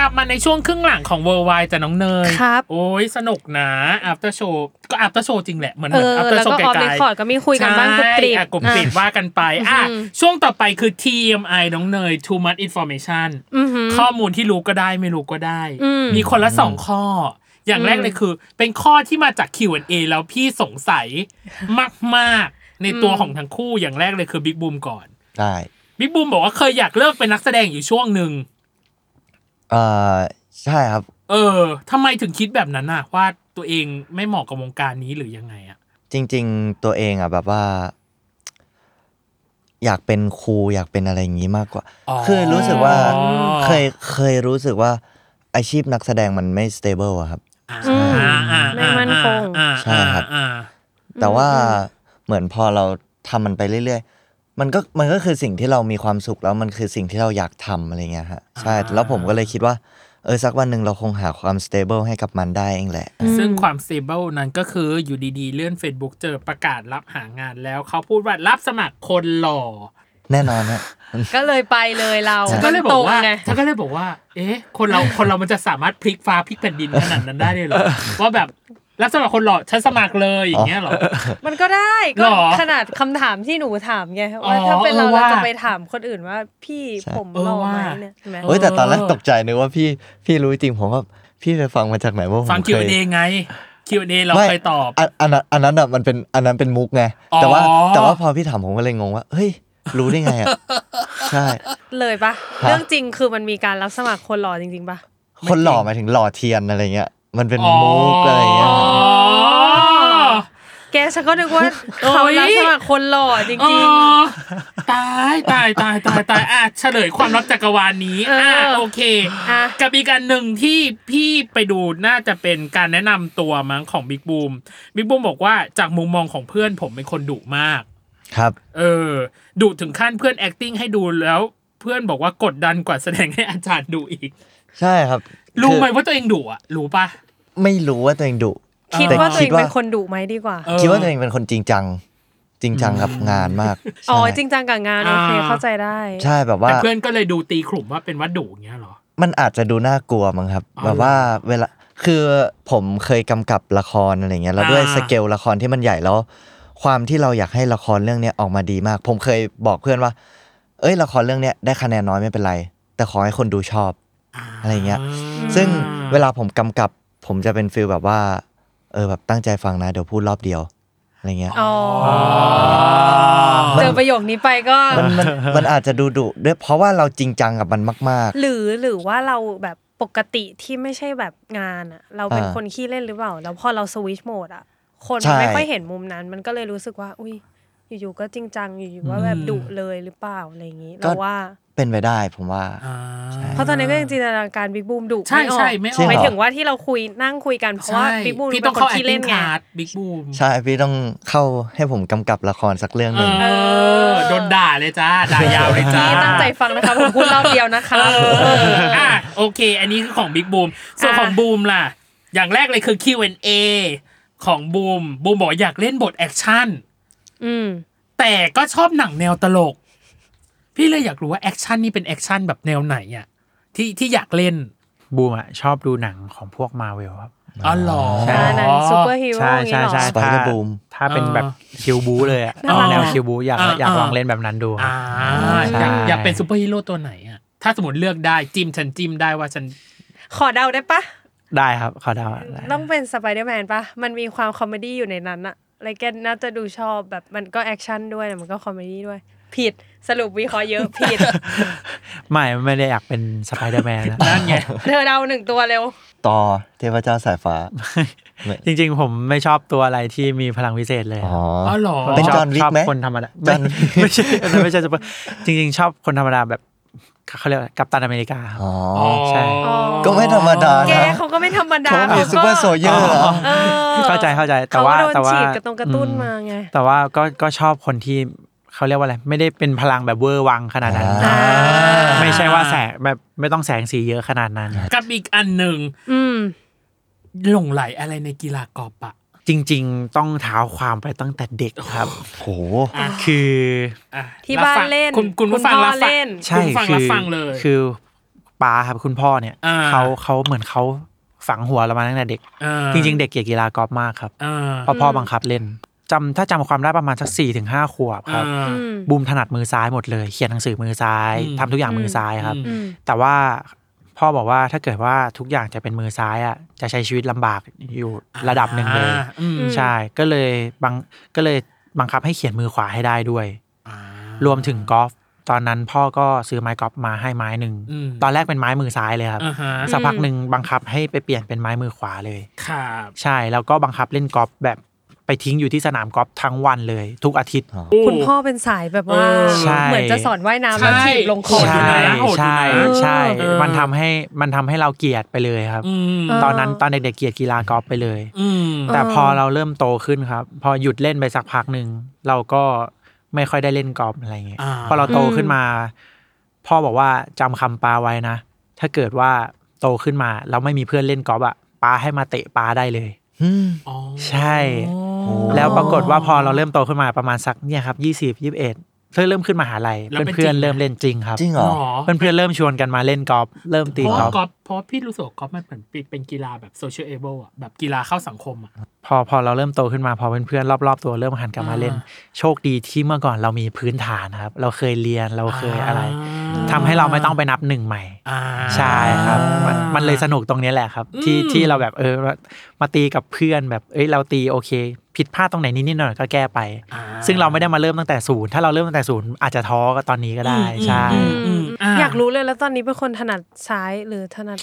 กลับมาในช่วงครึ่งหลังของ worldwide จ้ะน้องเนย
ครับ
โอ้ยสนุกนะ after show ก็ after show จริงแหละเหมือน
เอ
เหมือน
อ
after
แล้ว
show
ก็
ไก
ออฟ
ล
เรคคอร์ด
ๆ
ก็มีคุยกันบ้างกรุบกริบ
ใช่อ่ะกลุ่มติด
อ่ะ
ว่ากันไปอ่ะช่วงต่อไปคือ TMI น้องเนย too much information ข้อมูลที่รู้ก็ได้ไม่รู้ก็ได้ มีคนละสองข้อ อย่างแรกเลยคือ เป็นข้อที่มาจาก Q&A แล้วพี่สงสัยมาก ๆ ในตัวของทั้งคู่อย่างแรกเลยคือบิ๊กบูมก่อน
ได้
บิ๊กบูมบอกว่าเคยอยากเลิกเป็นนักแสดงอยู่ช่วงหนึ่ง
เอ่อใช่ครับ
เออ ทำไมถึงคิดแบบนั้นน่ะ ว่าตัวเองไม่เหมาะกับวงการนี้หรือยังไงอ่ะ
จริง ๆ ตัวเองอ่ะแบบว่า อยากเป็นครูอยากเป็นอะไรอย่างนี้มากกว่า
อ๋อ
คือรู้สึกว่า
อ๋อ
เคยเคยรู้สึกว่าอาชีพนักแสดงมันไม่สเตเบิลอะครับ
อ่าอ่าอ่า
ไม่มั่นคง
อ่าอ่า
ใช่ครับ
อ่า
แต่ว่าเหมือนพอเราทำมันไปเรื่อยๆ มันก็มันก็คือสิ่งที่เรามีความสุขแล้วมันคือสิ่งที่เราอยากทำอะไรเงี้ยฮะใช่ แล้วผมก็เลยคิดว่า เออสักวันหนึ่งเราคงหาความสเตเบิลให้กับมันได้เองแหละ
ซึ่งความ stable นั้นก็คืออยู่ดีๆ เลื่อน Facebook เจอประกาศรับหางานแล้ว เขาพูดว่ารับสมัครคนหล่อ
แน่นอนฮะ
ก็เลยไปเลยเรา
ฉันก็เลยบอก
ต
ว่า
รงไง
ฉันก็เลยบอกว่า เอ๊ะ คนเราคนเรามันจะสามารถพลิกฟ้าพลิกแผ่นดินขนาดนั้นได้เลยเหรอ ว่าแบบรับสมัครคนหล่อฉันสมัครเลยอย่างเงี้ยเหรอ
มันก็ได้
ห
ก็
รอ
ขนาดคำถามที่หนูถามไง
อ๋อ
ว่าถ้าเป็นเรา
เออ
เรา
ว่า
จะไปถามคนอื่นว่าพี่
ใช่
ผม
เออ
หล่อ
ว่า
ไหมเนี่ยเห็นไหม
เฮ้ยแต่ตอนแรกตกใจนึกว่าพี่พี่รู้จริงผมว่าพี่ไปฟังมาจากไหนว่าผม
ฟัง
เคย
Q&A ไง Q&A เรา
ไม่
เคยตอบ
นอันนั้นอันนั้นอ่ะมันเป็นอันนั้นเป็นมุกไง
อ๋อ
แต่ว่าแต่ว่าพอพี่ถามผมก็เลยงงว่าเฮ้ยรู้ได้ไงอ่ะใช่
เลยปะ
ฮะ
เรื่องจริงคือมันมีการรับสมัครคนหล่อจริงๆปะ
คนหล่อหมายถึงหล่อเทียนอะไรเงี้ยมันเป็นมุกอะไรเงี้ย
อ๋อ
แกฉันก็นึกว่าเขารับสมัครคนหล่อจ
อ๋อ
ริง
ตายตายตายตายตายอ่ะเฉลยความลับจักรวาลนี้
เอออ่
อ่ะโอเค
อ่ะ
กับอีกการหนึ่งที่พี่ไปดูน่าจะเป็นการแนะนำตัวมั้งของบิ๊กบูมบิ๊กบูมบอกว่าจากมุมมองของเพื่อนผมเป็นคนดุมาก
ครับ
เออดุถึงขั้นเพื่อน acting ให้ดูแล้ว เพื่อนบอกว่ากดดันกว่าแสดงให้อาจารย์ดูอีก
ใช่ครับ
รู้ไหม
คือ
ว่าตัวเองดุอ่ะ รู้ปะ
ไม่รู้ว่าตัวเองดุ
ๆ คิด
แต่
ว่าตัวเองเป็นคนดุไหมดีกว่า
เออ
คิดว่าตัวเองเป็นคนจริงจัง จริงจังกับงานมาก
อ๋อ
ใช่
จริงจังกับงานโอเค
อ่า
เข้าใจได้
ใช่แบบว่า
แต่เพื่อนก็เลยดูตีขลุ่มว่าเป็นว่าดุอย่างเงี้ยเหรอ
มันอาจจะดูน่ากลัวมั้งครับ
อ๋อ
แบบว่าเวลาคือผมเคยกำกับละครอะไรเงี้ยแล้วด้วย
อ่า
สเกลละครที่มันใหญ่แล้ว ความที่เราอยากให้ละครเรื่องเนี้ยออกมาดีมาก ผมเคยบอกเพื่อนว่า เอ้ยละครเรื่องเนี้ยได้คะแนนน้อยไม่เป็นไร แต่ขอให้คนดูชอบ อะไรเงี้ย ซึ่งเวลาผมกำกับ ผมจะเป็นฟิลแบบว่า เออแบบตั้งใจฟังนะ เดี๋ยวพูดรอบเดียวอะไรเงี้ย
อ๋อ
มั
เจ
น
อประโยคนี้ไปก็
มันมันมันอาจจะดูดุด้วยเพราะว่าเราจริงจังกับมันมาก
หรือหรือว่าเราแบบปกติที่ไม่ใช่แบบงานอะเราเป็น
อ่า
คนขี้เล่นหรือเปล่า แล้วพอเราสวิชโหมดอะคน
ใช่
ไม่ค่อยเห็นมุมนั้น มันก็เลยรู้สึกว่า อุ้ยอยู่ๆก็จริงจังอยู่ๆว่าแบบดุเลยหรือเปล่าอะไรอย่างนี้เราว่า
ๆ เป็นไปได้ผมว่า
อ่า
เพราะตอนนี้นก็ยังจินตนาการบิ๊กบูมดุ
ใช่
ไม่ออก
ใช่ไม่ออก
หมายถึงว่าที่เราคุยนั่งคุยกันเพราะว่า
ใช่
บิ๊กบูม
พี่
เป็
ต้อง
นคน
เข้า
ที่เล่น
acting
ไง
card บิ๊กบูม
ใช่พี่ต้องเข้าให้ผมกำกับละครสักเรื่องห
เอ
นึ่ง
อโดนด่าเลยจ้าด่ายาวเลยจ้า
พี่ตั้งใจฟังนะคะผมพูดรอบเดียวนะคะ
เอออ่ะโอเค อันนี้คือของบิ๊กบูมส่วน
อ่ะ
ของบูมล่ะ อย่างแรกเลยคือ Q&A ของบูมบูมบอกอยากเล่นบทแอคชั่น
อืม
แต่ก็ชอบหนังแนวตลก พี่เลยอยากรู้ว่าแอคชั่นนี่เป็นแอคชั่นแบบแนวไหนอ่ะที่ที่อยากเล่น
บูมอ่ะชอบดูหนังของพวกมาเวลครับ
อ๋อเหรอ
ใช่
อ่าหนังซูเปอร์ฮีโร่
ใช่
อย่างงี้เหรอ
ใช่ใช่ถ้า
Spider Boom
ถ้าเป็นแบบคิวบูเลยอ่ะ
น่ารัก
แนวคิวบูอยาก
อ่า
อยากลองเล่นแบบนั้นดู
อ่าอ
ใช่
ยากอยากเป็นซูเปอร์ฮีโร่ตัวไหนอ่ะถ้าสมมติเลือกได้จิ้มฉันจิ้มได้ว่าฉัน
ขอเดาได้ปะ
ได้ครับขอเดาได้
ต้องเป็นสไปเดอร์แมนปะมันมีความคอมเมดี้อยู่ในนั้นอะอะไรแกน่าจะดูชอบแบบมันก็แอคชั่นด้วยแต่มันก็คอมเมดี้ด้วย ผิดสรุปวิเคราะห์เยอะผิด
ไม่ไม่ได้อยากเป็นสไปเดอร์แมนนะ
นั่นไง
เธอเดาหนึ่งตัวเร็ว
ต่อเทพเจ้าสายฟ้า
จริง ๆ ผมไม่ชอบตัวอะไรที่มีพลังวิเศษเลย
อ๋อ
อ๋อเหรอ
เป็น
ชบ
จอห์นวิก
ชอบ
ไหม
คนธรรมดา
จอห์น
ไม่ไม่ใช่อันนั้นไม่ใช่จะจริง ๆ ชอบคนธรรมดาแบบเขาเรียกว่ากัปตันอเมริกาครับ
อ๋อ
ใช่
ก็ไม่ธรรมดา
แก
นะ
เขาก็ไม่ธรรมดา
เขามี
ขาก็
ซูเปอร์โซลเยอร์เหรอ
ออ
เข้าใจเข้าใจแต่
ขก็
ว่า
โดน
แต่ว่า
ฉีดกระตรงกระตุ้น
อืม
มาไง
แต่ว่าก็ก็ชอบคนที่เขาเรียกว่าอะไร ไม่ได้เป็นพลังแบบเวอร์วังขนาดนั้น
อ่า
ไม่ใช่ว่าแสงแบบไม่ต้องแสงสีเยอะขนาดนั้น
กับอีกอันหนึ่ง
อืม
หลงไหลอะไรในกีฬากอล์ฟอะ
จริง ๆ ต้องเท้าความไปตั้งแต่เด็กครับ
โห
คือ
อ่ะ
ที่บ้าน
รับฟัง
เล่น
คุณคุณผู้
คุณ
ฟัง
พ่อ
รับฟัง
เล่น
ใช่
คุณผู้ฟัง
คื
รับ
อ
ฟังเลย
คือป้าครับคุณพ่อเนี่ย
อ่า
เขาเขาเหมือนเขาฝังหัวเรามาตั้งแต่เด็ก
อ่า
จริง ๆ เด็กเกลียดกีฬากอล์ฟมากครับ
อ่า
เพราะพ่อบังคับเล่นจำถ้าจำความได้ประมาณสักสี่ถึงห้าขวบครับ
อ่า
อืม
บูมถนัดมือซ้ายหมดเลย เขียนหนังสือมือซ้าย
อืม
ทำทุกอย่างมือซ้ายครับ
อืม
แต่ว่าพ่อบอกว่าถ้าเกิดว่าทุกอย่างจะเป็นมือซ้ายอ่ะจะใช้ชีวิตลำบากอยู่ระดับหนึ่งเลย
อ่าอืม
ใช่ก็เลยบังก็เลยบังคับให้เขียนมือขวาให้ได้ด้วย
อ่า
รวมถึงกอล์ฟตอนนั้นพ่อก็ซื้อไม้กอล์ฟมาให้ไม้หนึ่ง
อืม
ตอนแรกเป็นไม้มือซ้ายเลยครับ
อ่าฮะ
สักพักหนึ่งบังคับให้ไปเปลี่ยนเป็นไม้มือขวาเลย
ครับ
ใช่แล้วก็บังคับเล่นกอล์ฟแบบไปทิ้งอยู่ที่สนามกอล์ฟทั้งวันเลย ทุกอาทิตย์
คุณพ่อเป็นสายแบบว่า
เออ
ใช่
เหมือนจะสอนว่ายน้ำ
ใช่
แล้วถีบลงค
โห
อ
ด
น
อยู่
ใช่
นะโหดอยู่นะ
ใช่ใช่
เออ
มันทำให้มันทำให้เราเกลียดไปเลยครับ
อืม
เ
ตอนนั้นตอนเด็กๆเกลียดกีฬากอล์ฟไปเลย
อืม
แต่พอเราเริ่มโตขึ้นครับ พอหยุดเล่นไปสักพักหนึ่งเราก็ไม่ค่อยได้เล่นกอล์ฟอะไรเงี้ย
า
พอเราโต
อืม
ขึ้นมา พ่อบอกว่าจำคำปาไว้นะ ถ้าเกิดว่า โตขึ้นมาแล้วไม่มีเพื่อนเล่นกอล์ฟอ่ะป้าให้มาเตะป้าได้เลย
อืม
อ๋อ
ใช่ แล้วปรากฏว่าพอเราเริ่มโตขึ้นมาประมาณสักเนี่ยครับยี่สิบยี่สิบเอ็ดเริ่มขึ้นมหาลัย
แล้วเป็น
เพื่อน
จริงไหม
ๆเริ่มเล่นจริงครับ
จริงเหรอ
เพื่อนๆเริ่มชวนกันมาเล่นกอล์ฟเริ่มตี
เพราะว่า
กอล์ฟ
กอล์ฟเพราะว่าพี่รู้สึกว่ากอล์ฟมันเหมือนเป็นกีฬาแบบโซเชียลเอเบิลอะแบบกีฬาเข้าสังคมอะ
พอพอเราเริ่มโตขึ้นมาพอเพื่อนๆรอบๆตัวเริ่มหันกลับมาเล่น
อ่า
โชคดีที่เมื่อก่อนเรามีพื้นฐานนะครับ เราเคยเรียนเราเคยอะไรทำให้เราไม่ต้องไปนับหนึ่งใหม่
อ่า
ใช่ครับมันมันเลยสนุกตรงนี้แหละครับ ที่
อืม
ที่เราแบบเออมาตีกับเพื่อนแบบเอ้ยเราตีโอเค ผิดพลาดตรงไหนนิดๆหน่อยๆก็แก้ไป
อ่า
ซึ่งเราไม่ได้มาเริ่มตั้งแต่ศูนย์ถ้าเราเริ่มตั้งแต่ศูนย์อาจจะท้อก็ตอนนี้ก็ได้ใช่
อืมอืมม
อยากรู้เลยแล้วตอนนี้เป็นคนถนัดซ้ายหรือถนัด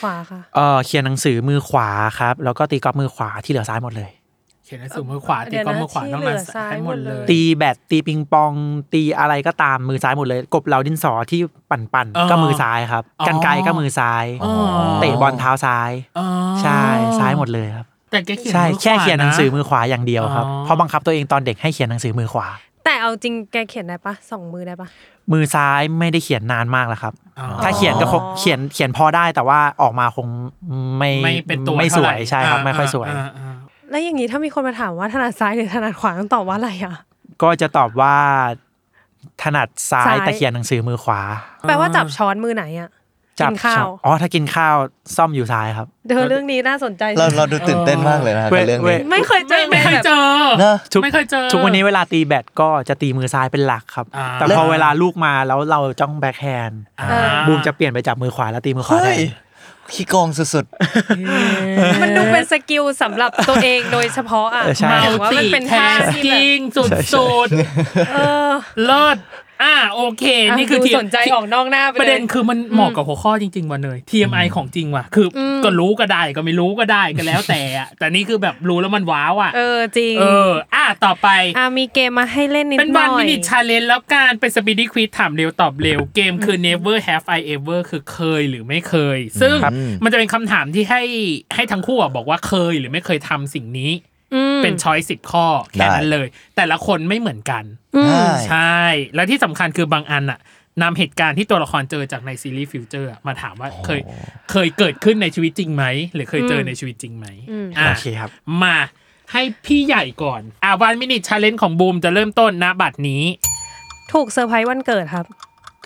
ขวาคะ
เออเขียนหนังสือมือขวาครับแล้วก็ตีกอล์ฟมือขวาที่เหลือซ้ายหมดเลย
เขียนหนังสือมือขวาตี
เดี๋ยว
กอล์ฟ
นะ
มือขวา
ที่
ต้อง
เห
นั้
ลื
น
อซ้าย
ให้
ห
ห
ม
ม
ด
ด
เล
เลย ย
ตีแบดตีปิงปองตีอะไรก็ตามมือซ้ายหมดเลย กบเหลาดินสอที่ปั่น
เออ
ๆก็มือซ้ายครับ
อ๋อ
กันไกลก็มือซ้าย
อ๋อ
เตะบอลเท้าซ้าย
อ๋อ
ใช่ซ้ายหมดเลยครับ
แต่แกเขียนมือขวา
ใช่แค่เขียนหนังสือมือขวาอย่างเดียวครับ
อ๋อ
เพราะบังคับตัวเองตอนเด็กให้เขียนหนังสือมือขวา
แต่เอาจริงแกเขียนได้ปะสองมือได้ปะ
มือซ้ายไม่ได้เขียนนานมากแล้วครับ
อ๋อ
ถ้าเขียนก็คงเขียนเขียนพอได้แต่ว่าออกมาคงไม่
ไม่เป็นตัว
ไม่ส
เท่า
ว
ไห
ย
ร่
ใช่ครับไม่ค่อยสวย
าอ่า
แล้วอย่างนี้ถ้ามีคนมาถามว่าถนัดซ้ายหรือถนัดขวาต้องตอบว่าอะไรอ่ะ
ก็จะตอบว่าถนัดซ้า
ซ้าย ย
แต่เขียนหนังสือมือขวา
แปลว่าจับช้อนมือไหนอ่ะ กินข้าว
อ๋อถ้ากินข้าวซ่อมอยู่ซ้ายครับ
เธอเรื่องนี้น่าสนใจ
เรา
ใช่ไหม
เราดูตื่นเต้นมากเลยนะฮะ
เว้ย
กับเรื่องนี้
เว้ย
ไม่เคยเจอ
ไม่เคย
แบบ
เจอ
เนอะ
ทุก
ไม่เคยเจอ
ทุกวันนี้เวลาตีแบตก็จะตีมือซ้ายเป็นหลักครับ
อ่า
แต่พอเวลาลูกมาแล้วเราจ้องแบ็คแฮนด์
อ่า
บูมจะเปลี่ยนไปจับมือขวาแล้วตีมือขวาแท
เฮ้
น
ยขี้โกงสุด
มันดูเป็นสกิลสำหรับตัวเองโดยเฉพาะอ่ะ
เออใช่
มั
ห
ล
ยถึงว่า
ติ
มันเป็น
แท
ท่า
ส
ที่แบ
กิ้
บ
งสุดๆ
เออ
เลิศอ่าโอเค
อ่ะ
นี่คือ
ดู
ทีม
สนใจออกนอกหน้าไป
ประเด็น
ลย
คือมันเหมาะกับหัวข้อจริง ๆว่ะเนย TMI ของจริงว่ะคืออ
ม
ก็รู้ก็ได้ก็ไม่รู้ก็ได้ก็แล้วแต่ อะแต่นี่คือแบบรู้แล้วมันว้าวอ่ะ
เออจริง
เออ อ่ะต่อไป
อ่ะมีเกมมาให้เล่นนิดหน่
เป็
อย
นวันมินิชาเลนแล้วการเป็นสปีด y ้ควิ z ถามเร็วตอบเร็ว เกมคือ never have I ever คือเคยหรือไม่เคย ซึ่ง
ครับ
มันจะเป็นคำถามที่ให้ให้ทั้งคู่อะบอกว่าเคยหรือไม่เคยทำสิ่งนี้ เป็นช้อยสิบข้อ แค่นั้นเลย แต่ละคนไม่เหมือนกัน
ๆใช่
ใช่ และที่สำคัญคือบางอันอะนำเหตุการณ์ที่ตัวละครเจอจากในซีรีส์ฟิวเจอร์มาถามว่าเคยเคยเกิดขึ้นในชีวิตจริงไหม หรือเคยเจอในชีวิตจริงไหม
อืม
อ่ะ
โอเคครับ
มาให้พี่ใหญ่ก่อนอ่าวันมินิชาเลนของบูมจะเริ่มต้นนะบัตรนี้
ถูกเซอร์ไพรส์วันเกิดครับ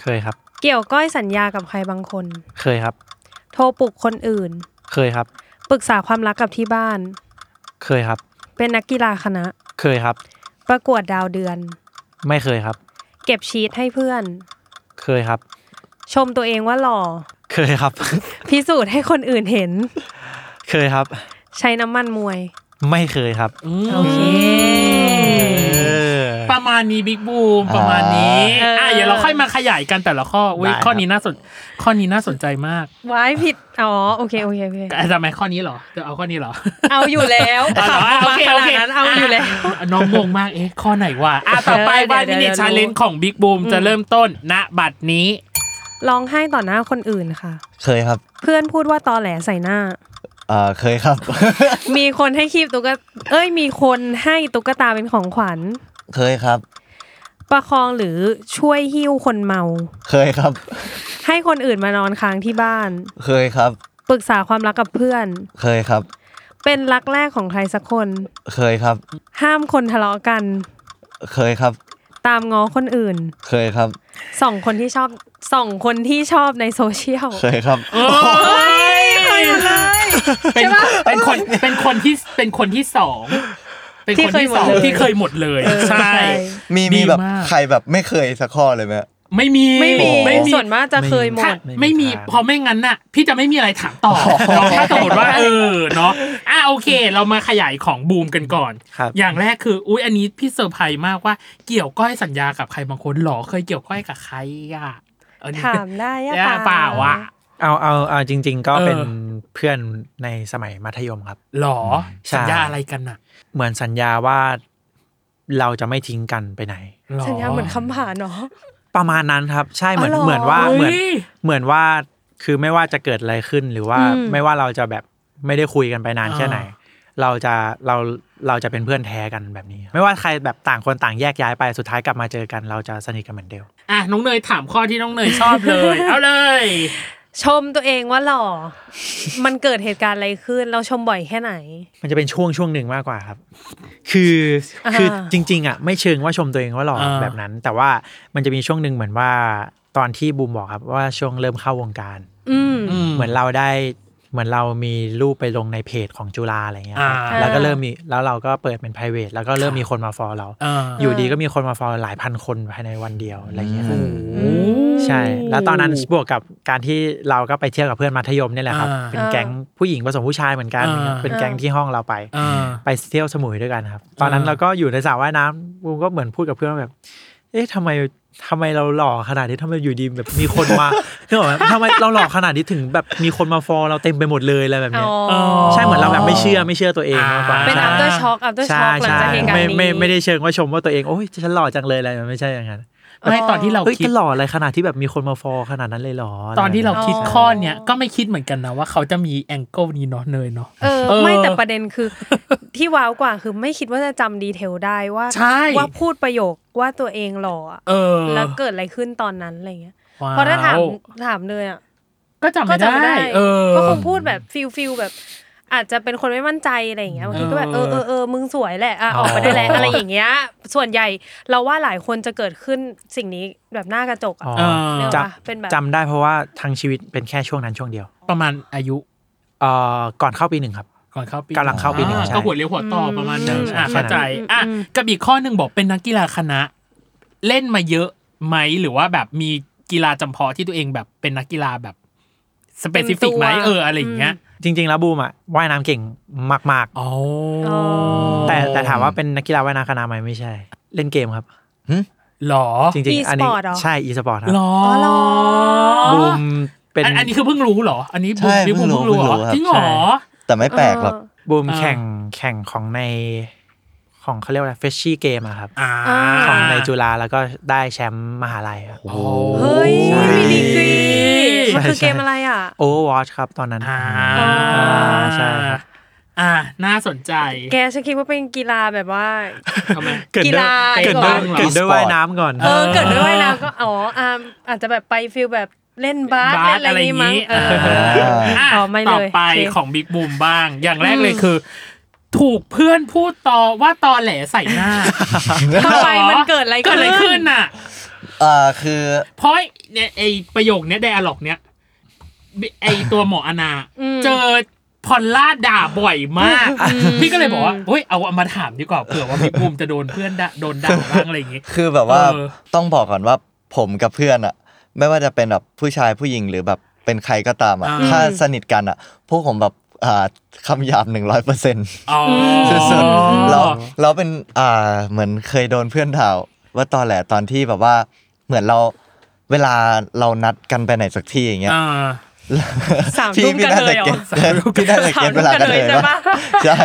เคยครับ
เกี่ยวก้อยสัญญากับใครบางคน
เคยครับ
โทรปลุกคนอื่น
เคยครับ
ปรึกษาความรักกับที่บ้าน
เคยครับ
เป็นนักกีฬาคณะ
เคยครับ
ประกวดดาวเดือน
ไม่เคยครับ
เก็บชีตให้เพื่อน
เคยครับ
ชมตัวเองว่าหล่อ
เคยครับ
พิสูจน์ให้คนอื่นเห็น
เคยครับ
ใช้น้ำมันมวย
ไม่เคยครับ
โอเค
เออ
ประมาณนี้บิ๊กบูมประมาณนี้
อ่า
อ่าเดี๋ยวเราค่อยมาขยายกันแต่ละข้อเว้ย
ได้ครับ
ข้อนี้น่าสนข้อนี้น่าสนใจมาก
ว้ายผิด อ๋อ โอเค โอเคโอเค
แต่ทำไมข้อนี้เหรอจะเอาข้อนี้เหรอ
เอาอยู่แล้ว
เอาเหรออ่ะ
ขับ
โอ
รถ
เค
มาขนาด
โอเค
นั้นเอาอยู่แล้ว
ะน้องงงมากเอ๊ะข้อไหนวะอ่ะต่อไป
เออเดี๋ย
วั
วน
มินิ
เดี๋ยว
ชาเลน
รู้
ของบิ๊กบูมจะเริ่มต้นนะบัตรนี้
ร้องไห้ต่อหน้าคนอื่นค่ะ
เคยครับ
เพื่อนพูดว่าตอแหลใส่หน้า
เอ่อเคยครับ
มีคนให้คีบตุ๊กตาเอ้ย มีคนให้ตุ๊กตาเป็นของขวัญ
เคยครับ
ประคองหรือช่วยหิ้วคนเมา
เคยครับ
ให้คนอื่นมานอนค้างที่บ้าน
เคยครับ
ปรึกษาความรักกับเพื่อน
เคยครับ
เป็นรักแรกของใครสักคน
เคยครับ
ห้ามคนทะเลาะกัน
เคยครับ
ตามง้อคนอื่น
เคยครับ
ส่องคนที่ชอบส่องคนที่ชอบในโซเชียล
เคยครับ
เป็นเป็นคนเป็นคนที่เป็นคนที่สองเป็นคนที่สอง
ที่
ที่เค
เค
ย
ย
ห
ห
ม
ม
ด
ด
เล
เลย ย
ใช่
เออใช่
มี
ดี
มีแบบ
มาก
ใครแบบไม่เคยสักข้อเลยไหมฮะ
ไม่มี
ไม่มี
ไม่มี
ส่วนมากจะเคยหม
ถ้า
ด
ไม่มีพอไม่งั้นน่ะ พี่จะไม่มีอะไรถามต่อ เราถ้าสมมติว่า เออเนาะอ่ะโอเค เรามาขยายของบูมกันก่อน
ครับ
อย่างแรกคืออุ้ยอันนี้พี่เซอร์ไพรส์มากว่าเกี่ยวก้อยสัญญากับใครบางคนหรอเคยเกี่ยวก้อยกับใครอ่ะเออนี่
ถามได้อะ
เนี่ยเปล่าอ่ะ
เอาเอาเอาจริง ๆ ก็เป็น
เออ
เพื่อนในสมัยมัธยมครับ
หรอ
ใช่
สัญญาอะไรกันอ่ะ
เหมือนสัญญาว่าเราจะไม่ทิ้งกันไปไหน
หรอ
สัญญาเหมือนคำผ่านเนาะ
ประมาณนั้นครับ ใช่เหมือน
อ๋อเหรอ
เหมือนว่าเหมือน
เฮ้ย
เหมือนว่าคือไม่ว่าจะเกิดอะไรขึ้นหรือว่า
อืม
ไม่ว่าเราจะแบบไม่ได้คุยกันไปนานแค่ไหน เราจะเราเราจะเป็นเพื่อนแท้กันแบบนี้ ไม่ว่าใครแบบต่างคนต่างแยกย้ายไปสุดท้ายกลับมาเจอกัน เราจะสนิทกันเหมือนเดิม
อ่ะน้องเนยถามข้อที่น้องเนยชอบเลย เอาเลย
ชมตัวเองว่าหล่อ มันเกิดเหตุการณ์อะไรขึ้น เราชมบ่อยแค่ไหน
มันจะเป็นช่วงช่วงหนึ่งมากกว่าครับ คือ
อ่า
คือจริง ๆ อ่ะ ไม่เชิงว่าชมตัวเองว่าหล่ออา แบบนั้น แต่ว่ามันจะมีช่วงหนึ่งเหมือนว่าตอนที่บูมบอกครับว่าช่วงเริ่มเข้าวงการ
อืม
เหมือนเราได้เหมือนเรามีรูปไปลงในเพจของจุฬาอะไรเงี้ยครับ
อ่า
แล้วก็เริ่มมีแล้วเราก็เปิดเป็น p r i v a t แล้วก็เริ่มมีคนมาฟอลเรา
อ่า
อยู่ดีก็มีคนมาฟอลหลายพันคนภายในวันเดียวอะไรเงี้ยครับ
โอ้
ใช่ แล้วตอนนั้นบวกกับการที่เราก็ไปเที่ยวกับเพื่อนมัธยมเนี่ยแหละครับ
อ่า
เป็นแก๊งผู้หญิงผสมผู้ชายเหมือนกัน
อ่า
เป็นแก๊งที่ห้องเราไป
อ่า
ไปเที่ยวสมุยด้วยกันครับ ตอนนั้น
อ่า
เราก็อยู่ในสระว่ายน้ำบูมก็เหมือนพูดกับเพื่อนว่าแบบ เอ๊ะทำไมทำไมเราหล่อขนาดนี้ทำไมอยู่ดีแบบมีคนมา เนกออกไหมทำไมเราหล่อขนาดนี้ถึงแบบมีคนมาฟอลเราเต็มไปหมดเลยอะไรแบบเนี้ยใช่เหมือนเราแบบไม่เชื่อไม่เชื่อตัวเองมากกว่า
เป็น
ใช่
after shock after
ใช่
shock หลัง
ใช่
จากเหตุการณ์
ไม่
นี้
ไม่ไม่ได้เชิงว่าชมว่าตัวเองโอ้ยฉันหล่อจังเลยอะไรมันไม่ใช่อย่างนั้น
ไม่ตอนที่เรา
เฮ้ย
คิด
ก็หล่ออะไรขนาดที่แบบมีคนมาฟอลขนาดนั้นเลยเหรอ
ตอนที่เราคิดข้อเนี้ยก็ไม่คิดเหมือนกันนะว่าเขาจะมีแองเกิลนี้เนาะเนยเนาะ
เออ
เออ
ไม่แต่ประเด็นคือ ที่ว้าวกว่าคือไม่คิดว่าจะจำดีเทลได้ว่า
ใช่
ว่าพูดประโยคว่าตัวเองหล่ออะ
เออ
แล้วเกิดอะไรขึ้นตอนนั้นอะไรเงี้ย
ว้ว
เพราะถ้าถามถามเลยอ่ะ
ก็
ก็
จำไม่
จำไม่
ได้
ได้
เออ
ก็คงพูดแบบฟิลฟิลแบบ อาจจะเป็นคนไม่มั่นใจอะไรอย่างเงี้ยบางทีก็แบบเอ
เอ
อ
อ
เออเออมึงสวยแหละอ่ะ
อ๋
อ
อ
อกไปได้แล้วอะไรอย่างเงี้ย ส่วนใหญ่เราว่าหลายคนจะเกิดขึ้นสิ่งนี้แบบหน้ากระจกอ่ะ
อ๋อ
เออ
เนอะ
จ
เป็นแบบ
ำจำได้เพราะว่าทั้งชีวิตเป็นแค่ช่วงนั้นช่วงเดียว
ประมาณอายุ
เอ่อก่อนเข้าปีหนึ่งครับ
ก่อนเข้าปี
กำลังเข้าปีหนึ่ง
อ่
ใช่
ก็หัวเลี้ยวหัวต่ออประมาณหนึง
ใช่
อ่ะ
ใช่
เข้าใจอ่ะกับอีกข้อหนึ่งบอกเป็นนักกีฬาคณะ เล่นมาเยอะไหมหรือว่าแบบมีกีฬาจำเพาะที่ตัวเองแบบเป็นนักกีฬาแบบสเปซิฟิกไหมเอออะไรอย่างเงี้ย
จริง ๆ แล้วบูมอ่ะว่ายน้ำเก่งมาก
อ๋อ
ๆ แต่แต่ถามว่าเป็นนักกีฬาว่ายน้ำคณะไหมไม่ใช่ เล่นเกมครับ
หรอ
จริงๆ อันนี้
E-sport เหรอ
ใช่ e สปอร์ตครับ
หรอหรอ
บูมเป็น
อันอันนี้คือเพิ่งรู้เหรอ อันนี้บุ
ใช่
นี่
เพิ่
บุ
ง
มเพิ่ง
รู้
รู้เหรอ
เพิ่งรู้ครับ
จริงเหรอ
แต่ไม่แปลกหรอก
บูม
อ่า
แข่งแข่งของในของเขาเรียกว่าเฟชชี่เกมอะครับ
อ่า
ของในจุฬาแล้วก็ได้แชมป์มหาลัยครับ
เฮ้ยมีดีกรี
ใช่
มันคือ
ใช่
เกมอะไรอ่ะ
โอเวอร์วอชครับตอนนั้น
อ่า
อ่าใช่ครับ
อ่า น่าสนใจ
แกฉันคิดว่าเป็นกีฬาแบบว่า
ทำไม
เกิด
กี
ด้
ฬา
วยเกิดด้วยเกิดด้วยว่ายน้ำก่อน
เออเกิดด้วยแล้วก็อ๋ออ่ะอาจจะแบบไปฟิลแบบเล่นบาส
บา
เล่นอะ
สอะไร
ไร
อ
นี้
ย่าง
มั้ง
นี้
เออ
อ่ะ
อ๋อไม่เลย
ต่อไป
โอเค
ของบิ๊กบูมบ้าง อย่างแรกเลยคือ ถูกเพื่อนพูดต่อว่าตอแหลใส่หน้า
ทำไมมันเกิดอะไร
เกิดอะไร
ขึ้
ขึ้
น
นน่ะ
อ่าคือ
เพราะเนี่ยไอประโยคเนี้ยไดอะล็อกเนี้ยไอตัวหมออนาเจอพอลล่าด่าบ่อยมาก พี่ก็เลยบอกว่าเฮ้ยเอามาถามดีกว่าเผื่อว่าบิ๊กบูมจะโดนเพื่อนด่าโดนด่าบ้างอะไรอย่างงี้
คือแบบว่า
เออ
ต้องบอกก่อนว่าผมกับเพื่อนอะไม่ว่าจะเป็นแบบผู้ชายผู้หญิงหรือแบบเป็นใครก็ตามอะ
อ่า
ถ้าสนิทกันอะพวกผมแบบอ่าคำหยาบหนึ่งร้อยเปอร์เซ็นต์
อ๋อ
สุดๆเราเราเป็นอ่าเหมือนเคยโดนเพื่อนด่าว่าตอนแหละตอนที่แบบว่าเหมือนเราเวลาเรานัดกันไปไหนสักที่อย่างเงี้ย
อ่า
สาม
พี่
ทุ่ม
พี่
กัน
น่า
เล
จะ
ยเหร
เก็
อ
ต พี่น่าจะเก็ตเวลากันเลย
ใช่ปะ
ว่าใช่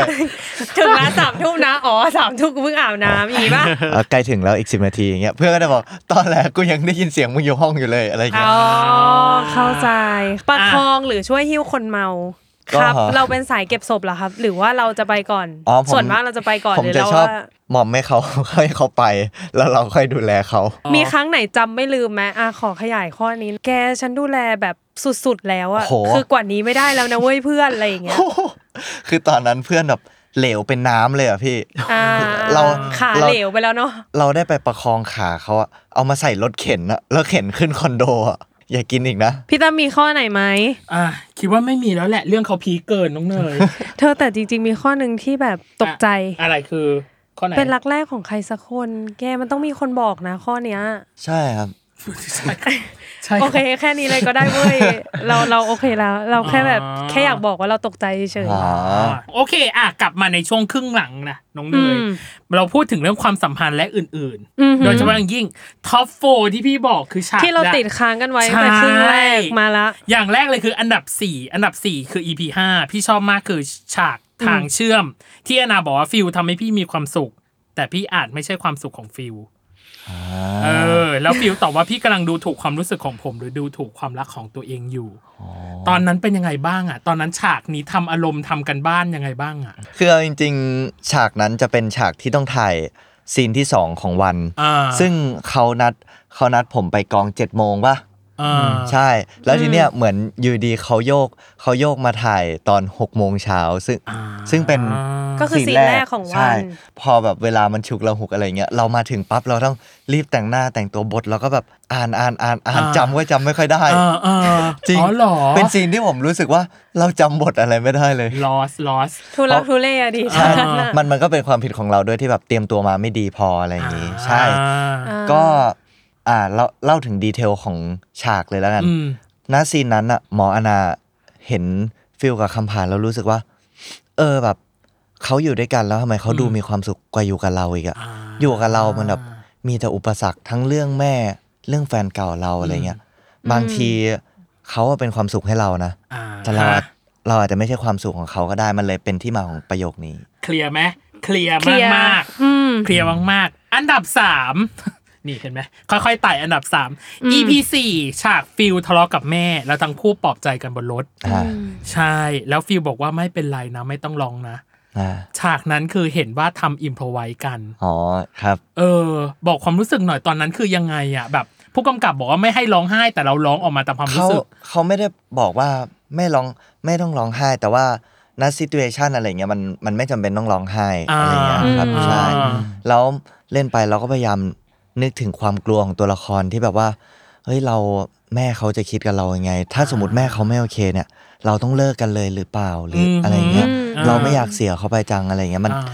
ถึงแล้วสามทุ่มนะอ๋อสามทุ่มกูเพิ่งอาบน้ำอย่างงี้ป่ะ
เออใกล้ถึงแล้วอีกสิบนาทีอย่างเงี้ยเพื่อนก็จะบอกตอนแหละกูยังได้ยินเสียงมึงอยู่ห้องอยู่เลยอะไรอย่างเงี้ย
อ๋อ เข้าใจ ประคองหรือช่วยหิ้วคนเมา
ก็
ครับ
ฮะ
เราเป็นสายเก็บศพเหรอครับ หรือว่าเราจะไปก่อน
อ๋อผม
ส่วนมากเราจะไปก่อน
ผม
หรือ
จะ
เรา
ชอบ
ว่า
หมอมให้เขา ให้เขาไป แล้วเราค่อยดูแลเขา
มีครั้งไหนจำไม่ลืมไหมอ่ะขอขยายข้อนี้ แกฉันดูแลแบบสุดๆแล้วอะ
โอ้โห
คือกว่านี้ไม่ได้แล้วนะเว้ยเพื่อนอะไรอย่างเงี้ย
คือตอนนั้นเพื่อนแบบเหลวเป็นน้ำเลยอ่ะพี่
อ่า
เรา
ขา
เรา
เหลวไปแล้วเนาะ
เราได้ไปประคองขาเขาอะเอามาใส่รถเข็นอะแล้วเข็นขึ้นคอนโดอะอย่ากินอีกนะ
พี่ตั้มมีข้อไหนไหม
อ่ะคิดว่าไม่มีแล้วแหละเรื่องเขาพีคเกินน้องเน ย
เธอแต่จริง ๆ มีข้อหนึ่งที่แบบตกใจ
อะไรคือข้อไหน
เป็นรักแรกของใครสักคน แกมันต้องมีคนบอกนะ ข้อ เนี้ย
ใช่ครับ
ใช่ใช่
โอเค
รับ
แค่นี้เลยก็ได้เว้ย เราเราโอเคแล้ว เราแค่แบบ
อ๋อ
แค่อยากบอกว่าเราตกใจเฉย
อ๋อ
อ่ะโอเคอ่ะกลับมาในช่วงครึ่งหลังนะน้องเนย
อืม
เราพูดถึงเรื่องความสัมพันธ์และอื่น
ๆอือ
ๆ
หื
โด
อย
เฉพาะอย่างยิ่งท็อปโฟที่พี่บอกคือฉาก
ที่เรา
แก
ติดค้างกันไว้
ใช่
ไปครึ่งแรกมาละ
อย่างแรกเลยคืออันดับ 4 อันดับ 4 คือ EP 5 พี่ชอบมากคือฉากทางเชื่อม ที่อนาบอกว่าฟิลทำให้พี่มีความสุข แต่พี่อาจไม่ใช่ความสุขของฟิลเออ แล้วฟิลตอบว่าพี่กำลังดูถูกความรู้สึกของผม หรือดูถูกความรักของตัวเองอยู่ ตอนนั้นเป็นยังไงบ้างอ่ะ ตอนนั้นฉากนี้ทำอารมณ์ทำกันบ้านยังไงบ้างอ่ะ
คือเอาจริงๆ ฉากนั้นจะเป็นฉากที่ต้องถ่ายซีนที่ 2 ของวัน
อ่า
ซึ่งเขานัดเขานัดผมไปกอง7จ็ดโมงปะ
อ่า
ใช่ แล้วทีเนี้ยเหมือนอยู่ดีเขาโยกเขาโยกมาถ่ายตอน6กโมงเช้าซึ่งซึ่งเป็น
ก็คือซีนแรกของวัน
ใช่พอแบบเวลามันฉุกเราหุกอะไรเงี้ยเรามาถึงปั๊บเราต้องรีบแต่งหน้าแต่งตัวบทแล้วก็แบบอ่านอ่านอ่านอ่านจำก็จำไม่ค่อยได้
อ่าอ่า
จริง
อ๋อหรอ
เป็นซีนที่ผมรู้สึกว่าเราจำบทอะไรไม่ได้เลย
loss loss
ทุลักทุเลอะดิ
ใช่มันมันก็เป็นความผิดของเราด้วยที่แบบเตรียมตัวมาไม่ดีพออะไรอย่างนี้ใช่
อ่า
ก็อ่าเราเล่าถึงดีเทลของฉากเลยแล้วกัน
อืม
ณซีนนั้นอะหมออนาเห็นฟิลกับคำผ่านแล้วรู้สึกว่า เออแบบเขาอยู่ด้วยกันแล้วทำไมเขาดูมีความสุขกว่าอยู่กับเราอีกอะอยู่กับเรามันแบบมีแต่อุปสรรคทั้งเรื่องแม่เรื่องแฟนเก่าเราอะไรเงี้ยบางทีเขาอะเป็นความสุขให้เรานะ
อ่า
แต่เราอะเราอาจจะไม่ใช่ความสุขของเขาก็ได้มันเลยเป็นที่มาของประโยคนี้
เคลียร์ไหมเคลียร์
เคลี
มาก
ยร์
มากๆเคลียร์มากมากๆอันดับสาม นี่เห็นไหมค่อยๆไต่อันดับสาม EP สี่ฉากฟิลทะเลาะกับแม่ แล้วทั้งคู่ปลอบใจกันบนรถ
อ่า
ใช่ แล้วฟิลบอกว่าไม่เป็นไรนะ ไม่ต้องร้องนะ
อ่า
ฉากนั้นคือเห็นว่าทำอิมพรไว้กัน
อ๋อครับ
เออ บอกความรู้สึกหน่อยตอนนั้นคือยังไงอะแบบ ผู้กำกับบอกว่าไม่ให้ร้องไห้แต่เราร้องออกมาตามความรู้
เขา
สึก
เขาไม่ได้บอกว่าไม่ร้องไม่ต้องร้องไห้ แต่ว่าณซิทูเอชันอะไรเงี้ยมันมันไม่จำเป็นต้องร้องไห้
อ่า
อะไรเงี้ยครับ
อืม
ใช่
อ่า
แล้วเล่นไปเราก็พยายามนึกถึงความกลัวของตัวละครที่แบบว่าเฮ้ยเราแม่เขาจะคิดกับเรายังไง ถ้าสมมติแม่เขาไม่โอเคเนี่ย เราต้องเลิกกันเลยหรือเปล่าหรืออะไรเงี้ยเราไม่อยากเสียเขาไปจังอะไรเงี้ยมัน
อ่า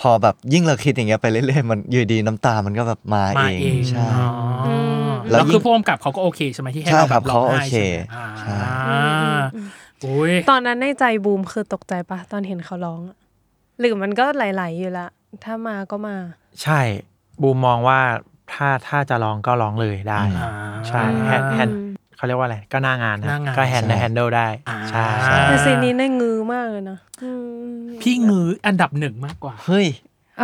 พอแบบยิ่งเราคิดอย่างเงี้ยไปเรื่อยๆมันอยู่ดีน้ำตามันก็แบบมา
มา
เอ
เอง ง
ใช่
อ๋ออ
ม
แล้
แล้ว วคือผู้กำกับเขาก็โอเคใช่ไหมที่ให้
ใช่
เรา
ค
แบ
รับบ
ร้อง
เขา
ไห้
โอเค
ใช่ไหม
ใช่
อ่าโอ้ย
ตอนนั้นในใจบูมคือตกใจปะตอนเห็นเขาร้องอะหรือมันก็ไหลๆอยู่ละ ถ้ามาก็มา
ใช่บูมมองว่าถ้าถ้าจะร้องก็ร้องเลยได้
อ่า
ใช่แฮนแฮนเขาเรียกว่าอะไรก็หน้างานนะ
หน้างาน
ก็แฮน
ใช่
แฮนเดิลได้
อ่า
ใช่ใช่
แต่ซีนนี้ในงือมากเลยนะอืม
พี่งืออันดับหนึ่งมากกว่า
เฮ้ย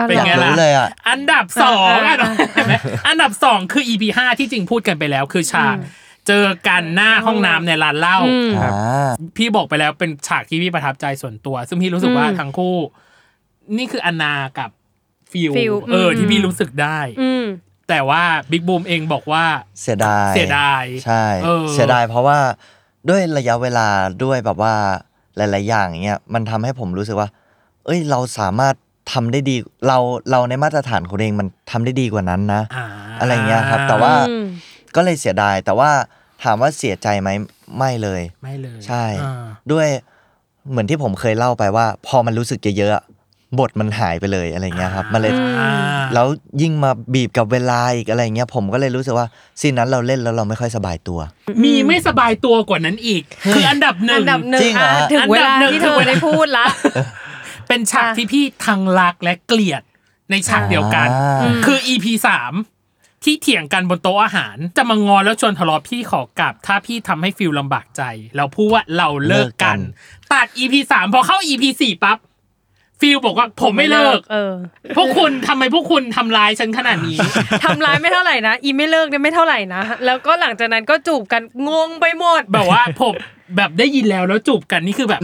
เป็น
อยาก
ไง
รู้
ล่ะ
เลยอ่ะ
อันดับสอง
อ่า
อันดับอันดับสองคือ EP ห้าที่จริงพูดกันไปแล้ว คือฉากเจอกันหน้าห้องน้ำในร้านเหล้า
อ่า
พี่บอกไปแล้วเป็นฉากที่พี่ประทับใจส่วนตัว ซึ่งพี่รู้สึกว่าทั้งคู่ นี่คืออนนากับฟิล
ฟิล
เอออ
ม
ที่พี่รู้สึกได้
อืม
แต่ว่าบิ๊กบูมเองบอกว่า
เสียดาย
เสียดาย
ใช่
เออ
เสียดายเพราะว่าด้วยระยะเวลาด้วยแบบว่าหลาย ๆ อย่างเงี้ยมันทำให้ผมรู้สึกว่า เอ้ยเราสามารถทำได้ดีเราเราในมาตรฐานของตัวเองมันทำได้ดีกว่านั้นนะ
อ่า
อะไรเงี้ยครับแต่ว่า
อืม
ก็เลยเสียดายแต่ว่าถามว่าเสียใจไหมไม่เลย
ไม่เลย
ใช่
อ่า
ด้วยเหมือนที่ผมเคยเล่าไปว่า พอมันรู้สึกเยอะๆอะบทมันหายไปเลยอะไรเงี้ยครับมันเลย แล้วยิ่งมาบีบกับเวลาอีกอะไรเงี้ยผมก็เลยรู้สึกว่าซีนนั้นเราเล่นแล้วเราไม่ค่อยสบายตัว
มีไม่สบายตัวกว่านั้นอีก คืออันดับหนึ่
อั
ง
นดับหนึ่ง
จริงเหรอ
อ่ะถึงเวลา
อันดับหนึ่ง
ที่เธอได้พูดละ
เป็นฉากที่พี่ทั้งรักและเกลียดในฉากเดียวกัน
อ่า
คือ EP สามที่เถียงกันบนโต๊ะอาหาร จะมางอนแล้วชวนทะเลาะพี่ขอกลับ ถ้าพี่ทำให้ฟิลลำบากใจ เราพูดว่าเราเลิกกัน
เลิกกั
ตัด EP สามพอเข้า EP สี่ปั๊บฟิลบอกว่าผมไม่เลิก
เออ
พวกคุณทำไมพวกคุณทำร้ายฉันขนาดนี้
ทำร้ายไม่เท่าไหร่นะ อีไม่เลิกเนี่ยไม่เท่าไหร่นะ แล้วก็หลังจากนั้นก็จูบกันงงไปหมด
แบบว่าผมแบบได้ยินแล้วแล้วจูบกันนี่คือแบบ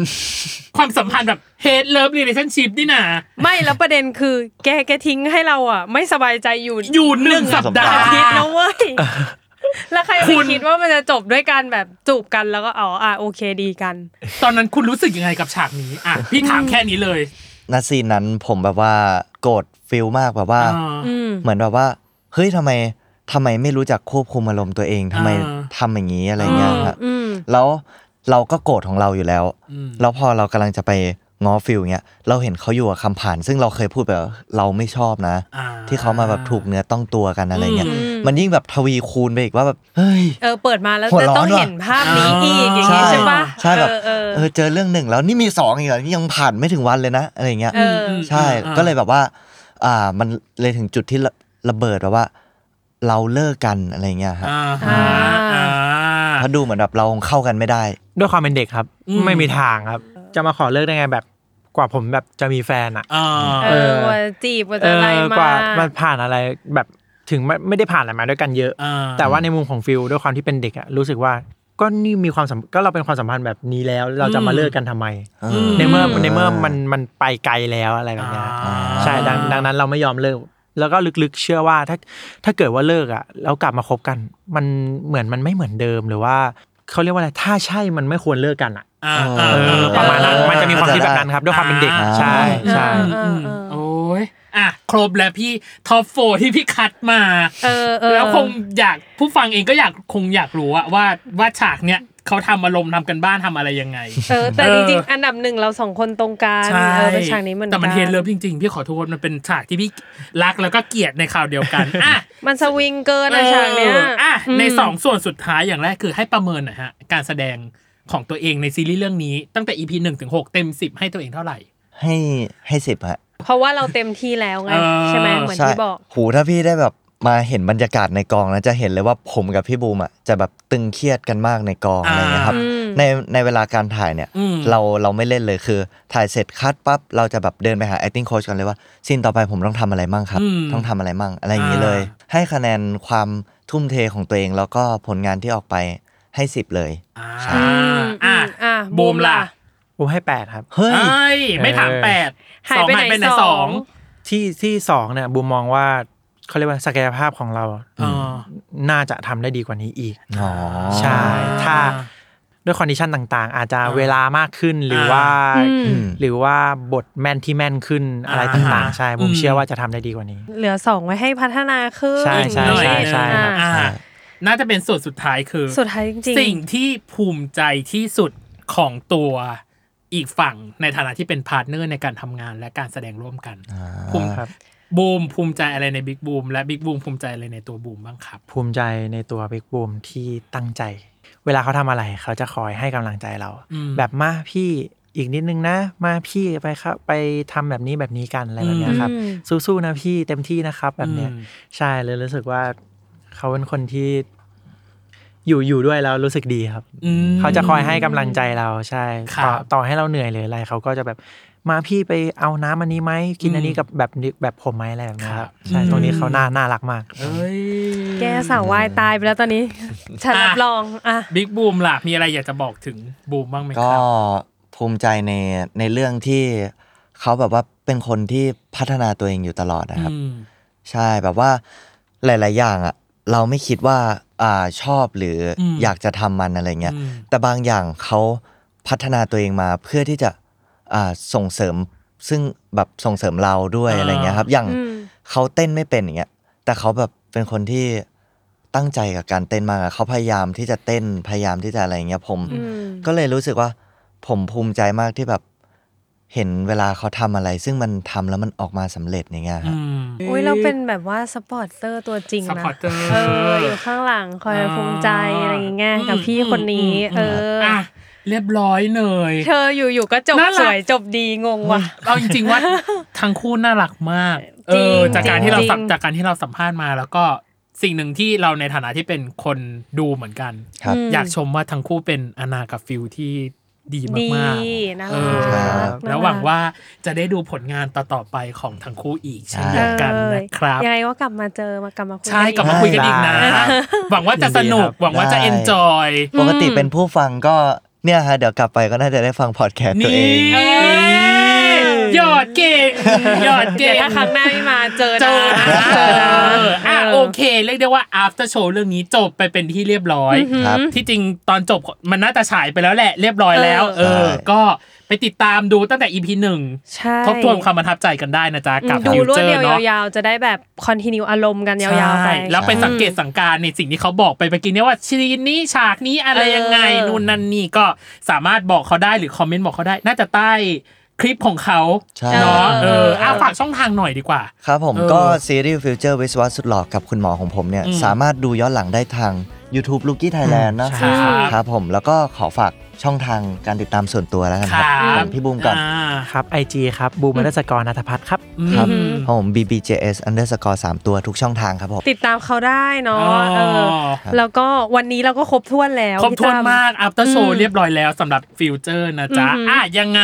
ความสัมพันธ์แบบเฮดเลิฟรีเลชั่นชิพนี่นา
ไม่แล้วประเด็นคือแกแกทิ้งให้เราอ่ะ ไม่สบายใจอยู่
อยู่หนึ่งสัปดาห์
อาทิตย์นะเว้ย แล้วใคร
คุ
จะ
ณ
คิดว่ามันจะจบด้วยการแบบจูบกันแล้วก็อ๋ออ่ะโอเคดีกัน
ตอนนั้นคุณรู้สึกยังไงกับฉากนี้อ่ะพี่ถามแค่นี้เลย
ณซีนนั้นผมแบบว่าโกรธฟิลมากแบบว่า
อ่า
อืม
เหมือนแบบว่าเฮ้ยทำไมทำไมไม่รู้จักควบคุมอารมณ์ตัวเองทำไม
อ่า
ทำอย่างนี้อะไรเงี้ยฮะ
อืม
แล้วเราก็โกรธของเราอยู่แล้ว
อืม
แล้วพอเรากำลังจะไปง้อฟิลเงี้ยเราเห็นเขาอยู่กับคำผ่าน ซึ่งเราเคยพูดแบบว่าเราไม่ชอบนะ
อ่า
ที่เขามาแบบถูกเนื้อต้องตัวกันอะไรเงี้ย
อืม
มันยิ่งแบบทวีคูณไปอีกว่าแบบเฮ้ย
เออเปิดมาแล้ว
หัว
จะ
ร้อน
ต้อง
ว่ะ
เห็นภาพนี้อีกอย่างนี้ใช่ปะ
ใช่แบบ
เออ
เออเจอเรื่องหนึ่งแล้วนี่มีสองอีกเหรอนี่ยังผ่านไม่ถึงวันเลยนะอะไรเงี้ย
เออเออ
ใช่ ก็เลยแบบว่า อ่า มันเลยถึงจุดที่ระระเบิดแบบว่า เราเลิกกันอะไรเงี้ยฮะ
อ่าฮะอ่า
เพราะดูเหมือนแบบเราคงเข้ากันไม่ได้
ด้วยความเป็นเด็กครับ
อืม
ไม่มีทางครับ จะมาขอเลิกได้ไงแบบกว่าผมแบบจะมีแฟนอ่ะ
อ่า
เออว่าจีบว่าจะอะไร
กว่า
มา
มันผ่านอะไรแบบถึงไม่ไม่ได้ผ่านอะไรมาด้วยกันเยอะ
อ่า
แต่ว่าในมุมของฟิลด้วยความที่เป็นเด็กอะรู้สึกว่าก็นี่มีความสัมก็เราเป็นความสัมพันธ์แบบนี้แล้วเราจะมาเลิกกันทำไม ในเมื่อในเมื่อมันมันไปไกลแล้วอะไรแบบเนี้ย
อ่า
ใช่ดังดังนั้นเราไม่ยอมเลิก แล้วก็ลึกๆเชื่อว่าถ้าถ้าเกิดว่าเลิกอ่ะแล้วกลับมาคบกัน มันเหมือนมันไม่เหมือนเดิมหรือว่าเขาเรียกว่าอะไรถ้าใช่มันไม่ควรเลิกกันอ่ะ
อ่า
เออประมาณนั้นมันจะมีความคิดแบบนั้นครับ ด้วยความเป็นเด็ก
อ่า
ใช่ใช่
เออเออเอ
โอ
อ้
ยอ่ะครบแล้วพี่ท็อปโฟที่พี่คัดมา
เออเออ
แล้วคงอยากผู้ฟังเองก็อยากคงอยากรู้อะว่าว่าฉากเนี้ยเขาทำอารมณ์ทำกันบ้านทำอะไรยังไง
เออแต่
เออ
จริงๆ อันดับหนึ่งเราสองคนตรงกันเออเป็นฉากนี้เหมือนกั
แต่มันเทนเลิฟจริง ๆ พี่ขอโทษมันเป็นฉากที่พี่รักแล้วก็เกลียดในคราวเดียวกัน อ่ะ
มันสวิงเกินอะฉากเนี้ย
เอออ่ะ
อืม
ในสองส่วนสุดท้ายอย่างแรกคือให้ประเมินหน่อยฮะ การแสดงของตัวเองในซีรีส์เรื่องนี้ตั้งแต่ EP หนึ่งถึงหกเต็มสิบให้ตัวเองเท่าไหร่
ให้ให้สิบฮะ
เพราะว่าเราเต็มที่แล้วไง
เออ
ใช่ไหมเหมือน
ใช่
ที่บอก
หูถ้าพี่ได้แบบมาเห็นบรรยากาศในกองนะจะเห็นเลยว่าผมกับพี่บูมอ่ะจะแบบตึงเครียดกันมากในกองอะไรเงี้ยครับ
อืม
ในในเวลาการถ่ายเนี่ย
อืม
เราเราไม่เล่นเลยคือ ถ่ายเสร็จคัดปั๊บเราจะแบบเดินไปหา acting coach กันเลยว่าซีนต่อไปผมต้องทำอะไรมั่งครับ
อืม
ต้องทำอะไรมั่งอะไรอย่างนี้เลย
อ่า
ให้คะแนนความทุ่มเทของตัวเองแล้วก็ผลงานที่ออกไปให้สิบเลย
อ่า
อืมอื
อ่ะ
มอ่ะ
บูมล่ะ
ผมให้แปดครับ
เฮ้ย
เอ้ยไม่ถามแปด
หายไป
สอง
ไหนสอง
ที่ที่สองเนี่ยบูมมองว่าเขาเรียกว่าศักยภาพของเรา
เออ
น่าจะทำได้ดีกว่านี้อีก
อ๋อ
ใช่ ถ้าด้วยคอนดิชันต่างๆ อาจจะเวลามากขึ้นหรืออา ว่า
อืม
หรือว่าบทแม่นที่แม่นขึ้นอะไร
อ่า
ต่างๆ ใช่ผม
อืม
เชื่อว่าจะทำได้ดีกว่านี้
เหลือสองไว้ให้พัฒนาขึ้น
ใช่ใช่
หน่อย
ใช่ใช่
หนึ่ง
ครับ
อ่าน่าจะเป็นส่วนสุดท้ายคือ
สุดท้ายจริงๆ
สิ่งที่ภูมิใจที่สุดของตัวอีกฝั่งในฐานะที่เป็นพาร์ทเนอร์ในการทำงานและการแสดงร่วมกันภูมิ
ครับ
บูมภูมิใจอะไรในบิ๊กบูมและบิ๊กบูมภูมิใจอะไรในตัวบูมบ้างครับ
ภูมิใจในตัวบิ๊กบูมที่ตั้งใจ เวลาเขาทำอะไรเขาจะคอยให้กำลังใจเรา
อืม
แบบมาพี่อีกนิดนึงนะ มาพี่ไปครับไปทำแบบนี้แบบนี้กันอะไรแบบเนี้ยครับ
อืม
สู้ๆนะพี่เต็มที่นะครับ แบบเนี้ย
อืม
ใช่เลยรู้สึกว่าเขาเป็นคนที่ อยู่อยู่ด้วยแล้วรู้สึกดีครับ
อืม
เขาจะคอยให้กำลังใจเราใช่
ครับ
ต่อต่อให้เราเหนื่อยหรืออะไรเขาก็จะแบบมาพี่ไปเอาน้ำอันนี้ไหมกินอันนี้กับแบบนี้แบบผมไหมอะไรแบบนี้ค
ครั
รั
บบ
ใช่
อืม
ตรงนี้เขาน่าน่ารักมาก
เอ้ย
แกสาววายตายไปแล้วตอนนี้ ฉันรับ
อ่ะ
รองอ่ะ
บิ๊กบูมล่ะมีอะไรอยากจะบอกถึงบูมบ้างไหมค
ก็
รับ
ภูมิใจในในเรื่องที่เขาแบบว่าเป็นคนที่พัฒนาตัวเองอยู่ตลอดนะครับ
อืม
ใช่แบบว่าหลาย ๆ อย่างอ่ะเราไม่คิดว่าอ่าชอบหรืออ
ม
อยากจะทำมันอะไรเงี้ย
อืม
แต่บางอย่างเขาพัฒนาตัวเองมาเพื่อที่จะอ่าส่งเสริมซึ่งแบบส่งเสริมเราด้วยอะไรเงี้ยครับ อย่าง
อืม
เขาเต้นไม่เป็นอย่างเงี้ยแต่เขาแบบเป็นคนที่ตั้งใจกับการเต้นมากอะเขาพยายามที่จะเต้นพยายามที่จะอะไรเงี้ยผม
อืม
ก็เลยรู้สึกว่าผมภูมิใจมากที่แบบเห็นเวลาเขาทำอะไร ซึ่งมันทำแล้วมันออกมาสำเร็จอย่างเงี้ย
อื
ฮะ
ม
อุ้ยเราเป็นแบบว่าสปอร์ตเตอร์ตัวจริงนะ
supporter
เอออยู่ข้างหลังคอยภูมิใจอะไรอย่างเงี้ยกับพี่คนนี้ เอออ
อ่ะเรียบร้อยเนย
เธออยู่ๆก็จบ
น่ารัก
สวยจบดีงงว่ะ
เอาจริงๆว่า ทั้งคู่น่ารักมาก เอ
จริง
อ จากกา
จ
ร
ริง
ที่เราสัม
จริง
จากการที่เราสัมภาษณ์มา แล้วก็สิ่งหนึ่งที่เราในฐานะที่เป็นคนดูเหมือนกัน
ครับ
อยากชมว่าทั้งคู่เป็นอนากับฟิลที่ดี
ดี
มาก
นะ
ๆเอ
คะ
อ
ครับ
แล้วหวังว่าจะได้ดูผลงานต่อๆไปของทั้งคู่อีกเช่นเดียวกันนะครับ
ยังไงก็กลับมาเจอมากลับมาคุย
ใช่
นอี
กลับมาคุยกันอีกนะ
ได้ครับ
หวังว่าจะสนุก
ยินดีครับ
หวังว่าจะ
ได้
เอนจอย
ปกติเป็นผู้ฟังก็เนี่ยฮะเดี๋ยวกลับไปก็น่าจะได้ฟังพอดแคสต์ตัว
นี่
เอง
หยอดเก่งหยอดเก่
เดี๋ยว
ง
ถ้าครั้งหน้าไม่มาเจอ
เจอนะ
เจอนะ
เอออ่ะ
เ
โอเค เรียกได้ว่า after show เรื่องนี้จบไปเป็นที่เรียบร้อย
ครับ
ที่จริงตอนจบมันน่าจะฉายไปแล้วแหละ เรียบร้อยแล้ว เอ
เออ
อ
ใช่
ก็ไปติดตามดูตั้งแต่ EP หนึ่ง
ใช่
ทบทวนความประทับใจกันได้นะจ๊ะ กับ
ดูรวด
Future
เดียว
เนาะ
ยาวๆ จะได้แบบคอนติเนียอารมณ์กันยาวๆไป
ใช่แล้วไปสังเกตสังการในสิ่งที่เขาบอกไปเมื่อกี้เนี่ยว่าชีนนี้ฉากนี้อะไรยังไง
เออ
นู่นนั่นนี่ก็สามารถบอกเขาได้หรือคอมเมนต์บอกเขาได้ น่าจะใต้คลิปของเขา
ใช่
เนาะเอออ่ะฝากช่องทางหน่อยดีกว่า
ครับผม
เออ
ก็ซีรีส์ฟิวเจอร์วิศวะสุดหล่อกับคุณหมอของผมเนี่ย
อืม
สามารถดูย้อนหลังได้ทาง YouTube l o o k i e Thailand นะ
ใช่ครับ
ครับผมแล้วก็ขอฝากช่องทางการติดตามส่วนตัวแล้วกันค
ครั
รับ บของพี่บูมก่อน
อ่า
ครับไอจีครับบูมรัศกรนัทพัฒน์ครับ
ครับของผม bbjs underscore สามตัวทุกช่องทางครับผม
ติดตามเขาได้เนาะเอ
อ๋
อ
อ
แล้วก็วันนี้เราก็ครบถ้วนแล้ว
ครบถ้วน
พี่ตั้
มาก after show
อืม
เรียบร้อยแล้วสำหรับฟิวเจอร์นะจ๊ะ
อือหืออ่
อ่ะยังไง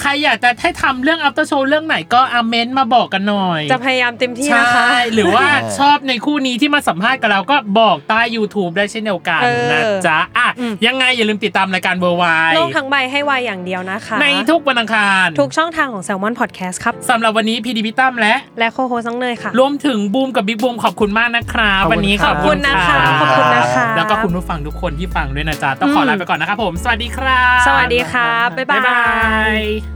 ใค รอยากจะให้ทำเรื่อง after show เรื่องไหนก็อาเมนมาบอกกันหน่อย
จะพยายามเต็มที่
ใช่
นะคะ
หรือว่า
เออ
ชอบในคู่นี้ที่มาสัมภาษณ์กับเราก็บอกใต้ YouTube ได้เช่นเดียวกัน
เออ
นะจ๊ะอ่ะ
อืม
ยังไงอย่าลืมติดตามรายการเวอร์ไว
โลกทั้งใบให้วายอย่างเดียวนะคะ
ในทุกวันอังคาร
ทุกช่องทางของ Salmon Podcast ครับ
สำหรับวันนี้พีดีพิตั้มและ
และโคโฮซังเนยค่ะ
รวมถึงบูมกับบิ๊กบูมขอบคุณมากนะครับ
ขอบคุณ
วันนี้
ข
ข
อ
อ
บบ คุ
คุณ ณ
นะคะขอบคุณนะคะ
แล้วก็คุณผู้ฟังทุกคนที่ฟังด้วยนะจ๊ะ ต้องขอ
อืม
ลาไปก่อนนะครับผม สวัสดีครับ
สวัสดีครับ บ๊ายบา
บ๊ายบาย ย